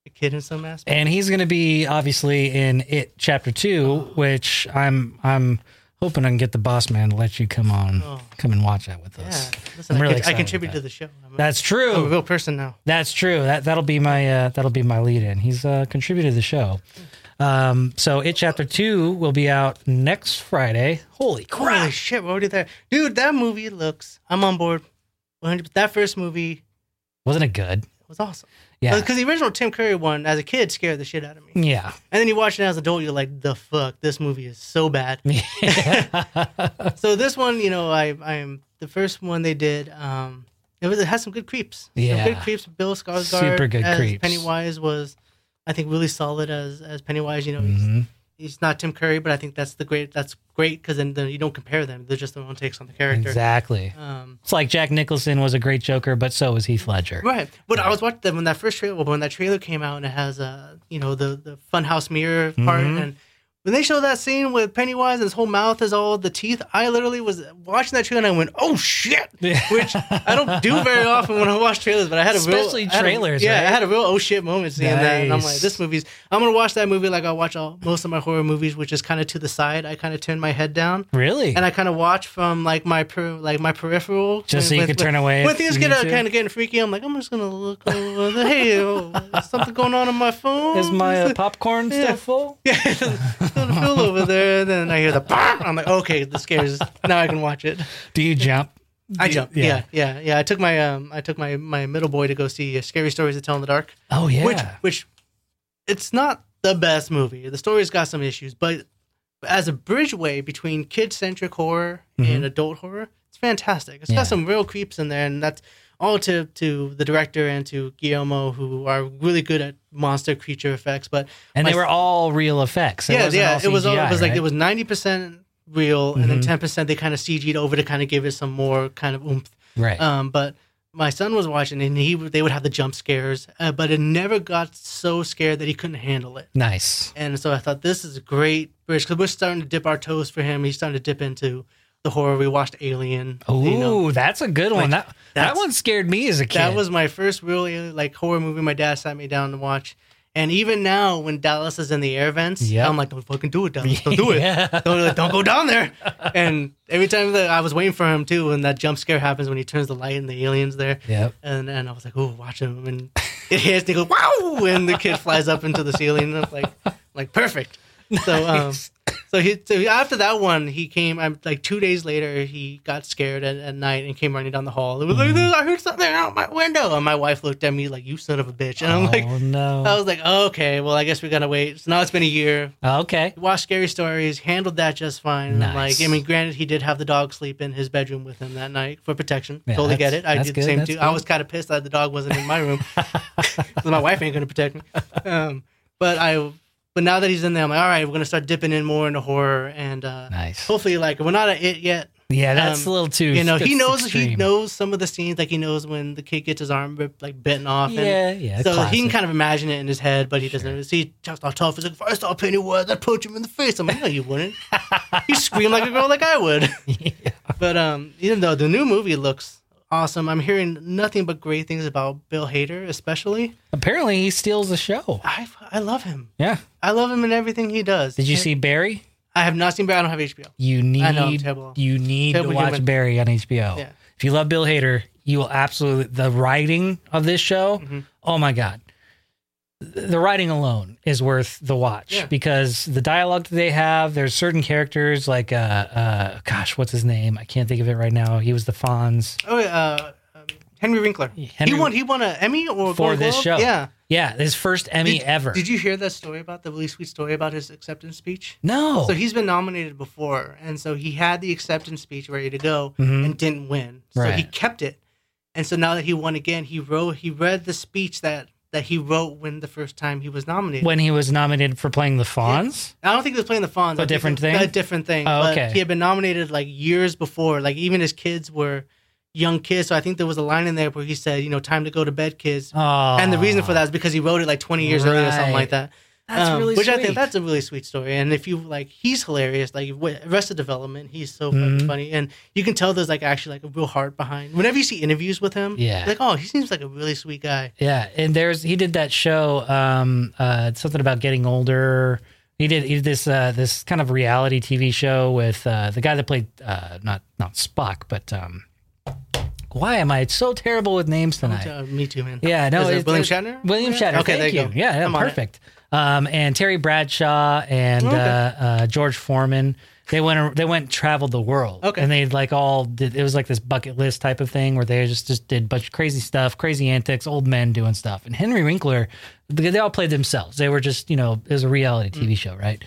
B: a kid in some aspect.
A: And he's going to be obviously in It Chapter
B: Oh.
A: 2, which I'm I'm hoping I can get the boss man to let you come on,
B: Oh.
A: come and watch that with
B: Yeah, Oh,
A: us.
B: listen,
A: I'm really
B: I,
A: excited
B: I contribute
A: about
B: to
A: that.
B: the show. I'm a,
A: That's true.
B: I'm a real person now.
A: That's true. That that'll be my uh, that'll be my lead in. He's uh, contributed to the show. Um, so it chapter two will be out next Friday. Holy
B: Holy
A: crap!
B: shit, we're already there, dude. That movie looks. I'm on board. 100. That first movie
A: Wasn't it good?
B: was awesome.
A: Yeah, Hmm.
B: Because the original Tim Curry one, as a kid, scared the shit out of me.
A: yeah.
B: And then you watch it as an adult, you're like, the fuck, this movie is so bad. so this one, you know, I I'm the first one they did. Um, it was it had some good creeps. Some
A: Yeah.
B: good creeps. Bill Skarsgård,
A: Super good
B: as
A: creeps.
B: Pennywise was, I think, really solid as as Pennywise. You know, he's,
A: Mhm.
B: he's not Tim Curry, but I think that's the great. That's great because then, then you don't compare them. They're just their own takes on the character.
A: Exactly.
B: Um,
A: It's like Jack Nicholson was a great Joker, but so was Heath Ledger.
B: Right, but I was watching that when that first trailer when that trailer came out and it has uh you know the the funhouse mirror part
A: Mhm.
B: and when they show that scene with Pennywise and his whole mouth is all the teeth, I literally was watching that trailer and I went, "Oh shit!" Which I don't do very often when I watch trailers, but I had a
A: Especially
B: real, I had a-
A: trailers,
B: yeah, I
A: right?
B: had a real oh shit moment seeing that, and I'm
A: Nice.
B: like, "This movie's." I'm gonna watch that movie like I watch all most of my horror movies, which is kind of to the side. I kind of turn my head down
A: Really?
B: and I kind of watch from like my per, like my peripheral,
A: Just so you could turn away
B: When
A: if
B: things
A: you
B: get
A: need
B: uh,
A: to.
B: kind of getting freaky, I'm like, I'm just gonna look over. there. hey, oh, is something going on on my phone?
A: Is my uh, popcorn
B: Yeah.
A: still full?
B: yeah, it's gonna feel over there. And then I hear the. "Bah!" I'm like, okay, the scares. Now I can watch it.
A: Do you jump?
B: I jump.
A: yeah.
B: Yeah. yeah, yeah, I took my um, I took my my middle boy to go see uh, Scary Stories to Tell in the Dark,
A: Oh yeah.
B: which which, it's not the best movie. The story's got some issues, but as a bridgeway between kid centric horror and adult horror, it's fantastic. It's
A: Mm-hmm. Yeah.
B: got some real creeps in there, and that's all to to the director and to Guillermo, who are really good at monster creature effects. But
A: and
B: my-
A: they were all real effects. It
B: yeah,
A: wasn't
B: yeah,
A: all
B: it was all,
A: CGI,
B: it was
A: right?
B: like
A: Mm-hmm.
B: it was ninety percent real, and then ten percent they kind of CG'd over to kind of give it some more kind of oomph.
A: right.
B: Um, but my son was watching, and he they would have the jump scares, uh, but it never got so scared that he couldn't handle it.
A: nice.
B: And so I thought this is a great bridge because we're starting to dip our toes for him. He's starting to dip into the horror. We watched Alien.
A: Ooh,
B: you know.
A: that's a good one. That that
B: that's-
A: one scared me as a kid.
B: that was my first really like horror movie my dad sat me down to watch, And even now, when Dallas is in the air vents,
A: Yep.
B: I'm like, don't fucking do it, Dallas. Don't do it.
A: Yeah.
B: don't, don't go down there. And every time that I was waiting for him too, when that jump scare happens when he turns the light and the aliens there,
A: Yep.
B: and and I was like, oh, watch him, and it hits. They go wow, and the kid flies up into the ceiling. And I'm like, like perfect. So um, so he so after that one, he came. I'm like two days later, he got scared at, at night and came running down the hall. It was
A: Mm-hmm.
B: like I heard something out my window, and my wife looked at me like you son of a bitch, and I'm
A: oh,
B: like.
A: no.
B: I was like, okay, well, I guess we gotta wait. So now it's been a year
A: Oh, okay.
B: watched scary stories, handled that just fine. And I'm
A: Nice.
B: Like, I mean, granted, he did have the dog sleep in his bedroom with him that night for protection.
A: Yeah,
B: totally get
A: that's-
B: it. I
A: that's
B: did
A: good,
B: the same
A: that's
B: too.
A: good.
B: I was kind of pissed that the dog wasn't in my room. 'Cause my wife ain't gonna protect me. Um, but I, but now that he's in there, I'm like, all right, we're gonna start dipping in more into horror and uh,
A: Nice.
B: hopefully, like, we're not at it yet.
A: Yeah, that's
B: um,
A: a little too.
B: You know, he
A: that's
B: knows he
A: extreme.
B: knows some of the scenes. Like he knows when the kid gets his arm ripped, like bitten off. and-
A: Yeah, yeah.
B: so
A: classic.
B: he can kind of imagine it in his head, but he doesn't. See, just all tough. He's like, if I saw Pennywise, I'd punch him in the face. I'm like, no, you wouldn't. you scream like a girl, like I would. But um, even though the new movie looks awesome, I'm hearing nothing but great things about Bill Hader, especially.
A: Apparently, he steals the show.
B: I I love him.
A: Yeah.
B: I love him in everything he does.
A: Did you see Barry?
B: I have not seen, but I don't have HBO.
A: You need.
B: I know, terrible.
A: You need
B: Terrible
A: to watch
B: human.
A: Barry on HBO.
B: Yeah.
A: If you love Bill Hader, you will absolutely the writing of this show.
B: Mm-hmm.
A: Oh my god. The writing alone is worth the watch
B: Yeah.
A: because the dialogue that they have. There's certain characters like, uh, uh, gosh, what's his name? I can't think of it right now. He was the Fonz.
B: Oh, uh, um, Henry Winkler.
A: Henry-
B: he won. He won an Emmy or
A: for
B: Golden
A: this
B: Globe?
A: show.
B: Yeah.
A: yeah, his first Emmy
B: did,
A: ever.
B: Did you hear that story about the really sweet story about his acceptance speech?
A: no,
B: So he's been nominated before, and so he had the acceptance speech ready to go
A: Mhm.
B: and didn't win. So he
A: Right.
B: kept it, and so now that he won again, he wrote he read the speech that that he wrote when the first time he was nominated.
A: when he was nominated for playing the Fonz.
B: I don't think he was playing the Fonz.
A: A
B: I think
A: different
B: it was
A: thing?
B: A different thing.
A: Oh,
B: but
A: okay.
B: He had been nominated like years before. Like even his kids were young kids. So I think there was a line in there where he said, "You know, time to go to bed, kids."
A: Oh,
B: and the reason for that is because he wrote it like 20 years earlier or something
A: Right.
B: like that.
A: That's really
B: Um, which I
A: sweet.
B: think that's a really sweet story. And if you like, he's hilarious. Like with Arrested Development, he's so
A: Mhm.
B: fucking funny, and you can tell there's like actually like a real heart behind. Whenever you see interviews with him,
A: Yeah.
B: like oh, he seems like a really sweet guy.
A: Yeah, and there's he did that show, um, uh, something about getting older. He did, he did this uh, this kind of reality TV show with uh, the guy that played uh, not not Spock, but um, why am I so terrible with names tonight?
B: Uh, me too, man.
A: Yeah, no,
B: Is it
A: it's-
B: William
A: it's-
B: Shatner.
A: William Shatner.
B: Okay,
A: thank
B: there you go.
A: Yeah, yeah
B: I'm on it.
A: perfect. Um, and Terry Bradshaw and
B: Okay.
A: uh, uh, George Foreman. They went. They went and traveled the world.
B: Okay.
A: and they like all did. It was like this bucket list type of thing where they just just did bunch of crazy stuff, crazy antics, old men doing stuff. And Henry Winkler, they they all played themselves. They were just you know it was a reality
B: Mm.
A: TV show, right?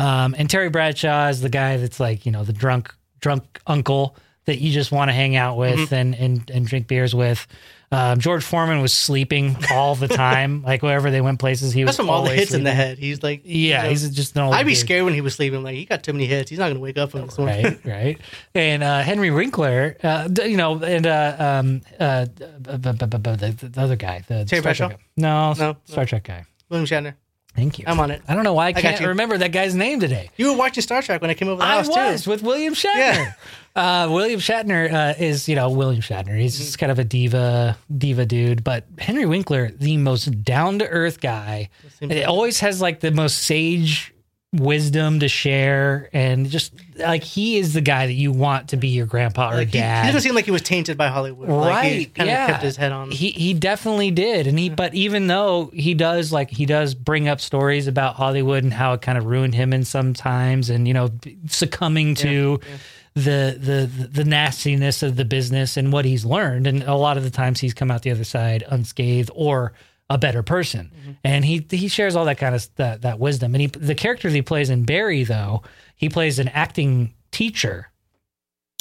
A: Um, and Terry Bradshaw is the guy that's like you know the drunk drunk uncle that you just want to hang out with
B: Mm-hmm.
A: and, and and drink beers with. Um, George Foreman was sleeping all the time, like wherever they went places. He
B: That's
A: was
B: from all the
A: always
B: hits in the
A: sleeping.
B: head. He's like,
A: Yeah,
B: you know,
A: he's just an old.
B: I'd be
A: dude.
B: scared when he was sleeping. Like he got too many hits. He's not gonna wake up from this one.
A: right? Right. And uh, Henry Winkler, uh, d- you know, and uh, um, uh, b- b- b- b- b- the, the other guy, the Star
B: Terry
A: Trek
B: Bradshaw?
A: guy. No,
B: No,
A: Star Trek guy.
B: William Shatner.
A: Thank you.
B: I'm on it.
A: I don't know why I
B: got
A: can't
B: you.
A: remember that guy's name today.
B: You were watching Star Trek when I came over the
A: I
B: house
A: was
B: too.
A: with William
B: Yeah.
A: Shatner. Uh, William Shatner uh, is, you know, William Shatner. He's
B: Mm-hmm.
A: just kind of a diva, diva dude. But Henry Winkler, the most down to earth guy,
B: seems
A: it always has like the most sage wisdom to share, and just like he is the guy that you want to be your grandpa or
B: Like, he, he
A: dad.
B: doesn't seem like he was tainted by Hollywood. Like, he
A: Right,
B: kind
A: yeah.
B: of kept his head on.
A: He he definitely did, and he. But even though he does like he does bring up stories about Hollywood and how it kind of ruined him in some times, and you know succumbing to The, the the nastiness of the business and what he's learned, and a lot of the times he's come out the other side unscathed or a better person,
B: Mm-hmm.
A: and he he shares all that kind of that, that wisdom. And he the character that he plays in Barry though he plays an acting teacher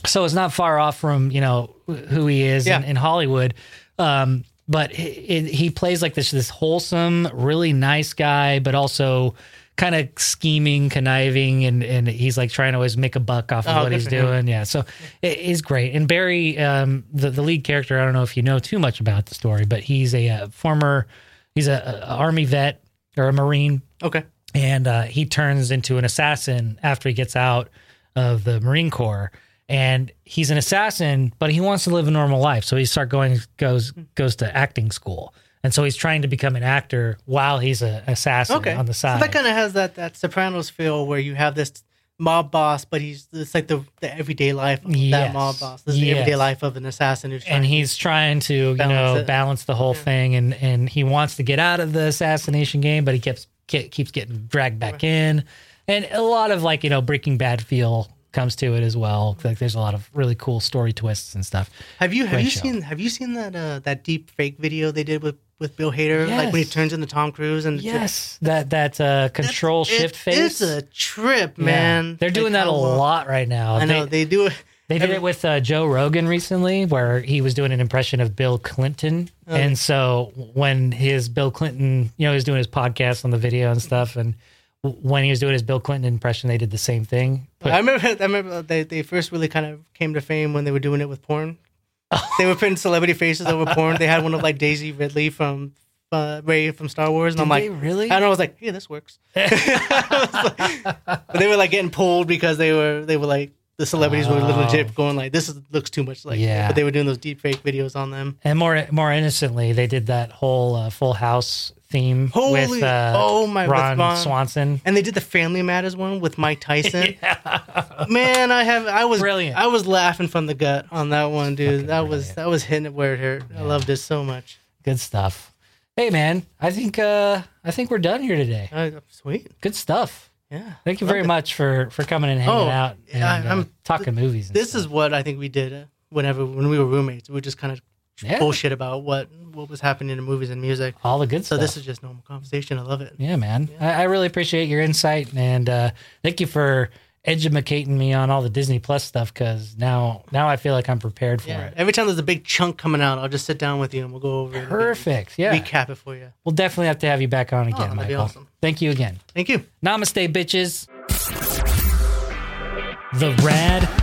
A: so it's not far off from you know who he is in,
B: Yeah.
A: in Hollywood. Um, but he, it, he plays like this this wholesome, really nice guy, but also kind of scheming, conniving, and and he's like trying to always make a buck off of
B: Oh,
A: what
B: good
A: he's
B: for him.
A: doing. Yeah, so it is great. And Barry, um, the the lead character, I don't know if you know too much about the story, but he's a, uh former, he's a, a army vet or a marine
B: okay.
A: and uh, he turns into an assassin after he gets out of the Marine Corps. And he's an assassin, but he wants to live a normal life, so he start going goes goes to acting school. And so he's trying to become an actor while he's an assassin
B: Okay.
A: on the side.
B: So that kind of has that that Sopranos feel where you have this mob boss, but he's it's like the, the everyday life of
A: Yes.
B: that mob boss. This is
A: Yes.
B: the everyday life of an assassin who's trying
A: and he's trying to you
B: Balance
A: know
B: it.
A: balance the whole thing and and he wants to get out of the assassination game but he keeps ke- keeps getting dragged back in and a lot of like you know breaking bad feel comes to it as well like there's a lot of really cool story twists and stuff
B: Have you have
A: Great
B: you
A: show.
B: seen have you seen that uh, that deep fake video they did with with Bill Hader like when he
A: Yes.
B: turns into Tom Cruise and
A: yes that that uh control
B: It-
A: shift face
B: It's a trip,
A: Yeah.
B: man.
A: they're
B: Like,
A: doing that a
B: how, uh,
A: lot right now
B: I know
A: they,
B: they, do it.
A: They did it with uh, Joe Rogan recently, where he was doing an impression of Bill Clinton.
B: Oh.
A: And so when his Bill Clinton, you know, he was doing his podcast on the video and stuff. And w- when he was doing his Bill Clinton impression, they did the same thing.
B: I remember. I remember they, they first really kind of came to fame when they were doing it with porn. they were putting celebrity faces over porn. They had one of like Daisy Ridley from uh, Ray from Star Wars, and I'm like,
A: really?
B: I don't know. I was like, hey, this works. I was like- but they were like getting pulled because they were they were like the celebrities were
A: Oh.
B: legit going like this is, looks too much like.
A: Yeah.
B: But they were doing those deep fake videos on them.
A: And more more innocently, they did that whole uh, Full House theme
B: Holy-
A: with uh,
B: oh my- with
A: Ron
B: Ron.
A: Swanson.
B: And they did the Family Matters one with Mike Tyson. Man, I have I was
A: Brilliant.
B: I was laughing from the gut on that one, dude. that was that was hitting it where it hurt. I loved it so much.
A: Good stuff. Hey man, I think uh, I think we're done here today.
B: Uh, sweet.
A: Good stuff.
B: Yeah.
A: Thank you very much for for coming and hanging
B: Oh,
A: out and
B: yeah,
A: uh,
B: I'm-
A: talking movies. and
B: This
A: stuff.
B: is what I think we did uh, whenever when we were roommates. We just kind of
A: Yeah.
B: bullshit about what what was happening in movies and music.
A: all the good
B: So
A: stuff.
B: this is just normal conversation. I love it.
A: yeah, man. I, I really appreciate your insight and uh, thank you for edumacating me on all the Disney Plus stuff because now now I feel like I'm prepared for
B: Yeah.
A: it.
B: Every time there's a big chunk coming out, I'll just sit down with you and we'll go over it.
A: Perfect. Yeah,
B: Recap it for you.
A: we'll definitely have to have you back on again,
B: Oh, that'd be
A: Michael.
B: awesome.
A: Thank you again.
B: Thank you.
A: Namaste, bitches. The Rad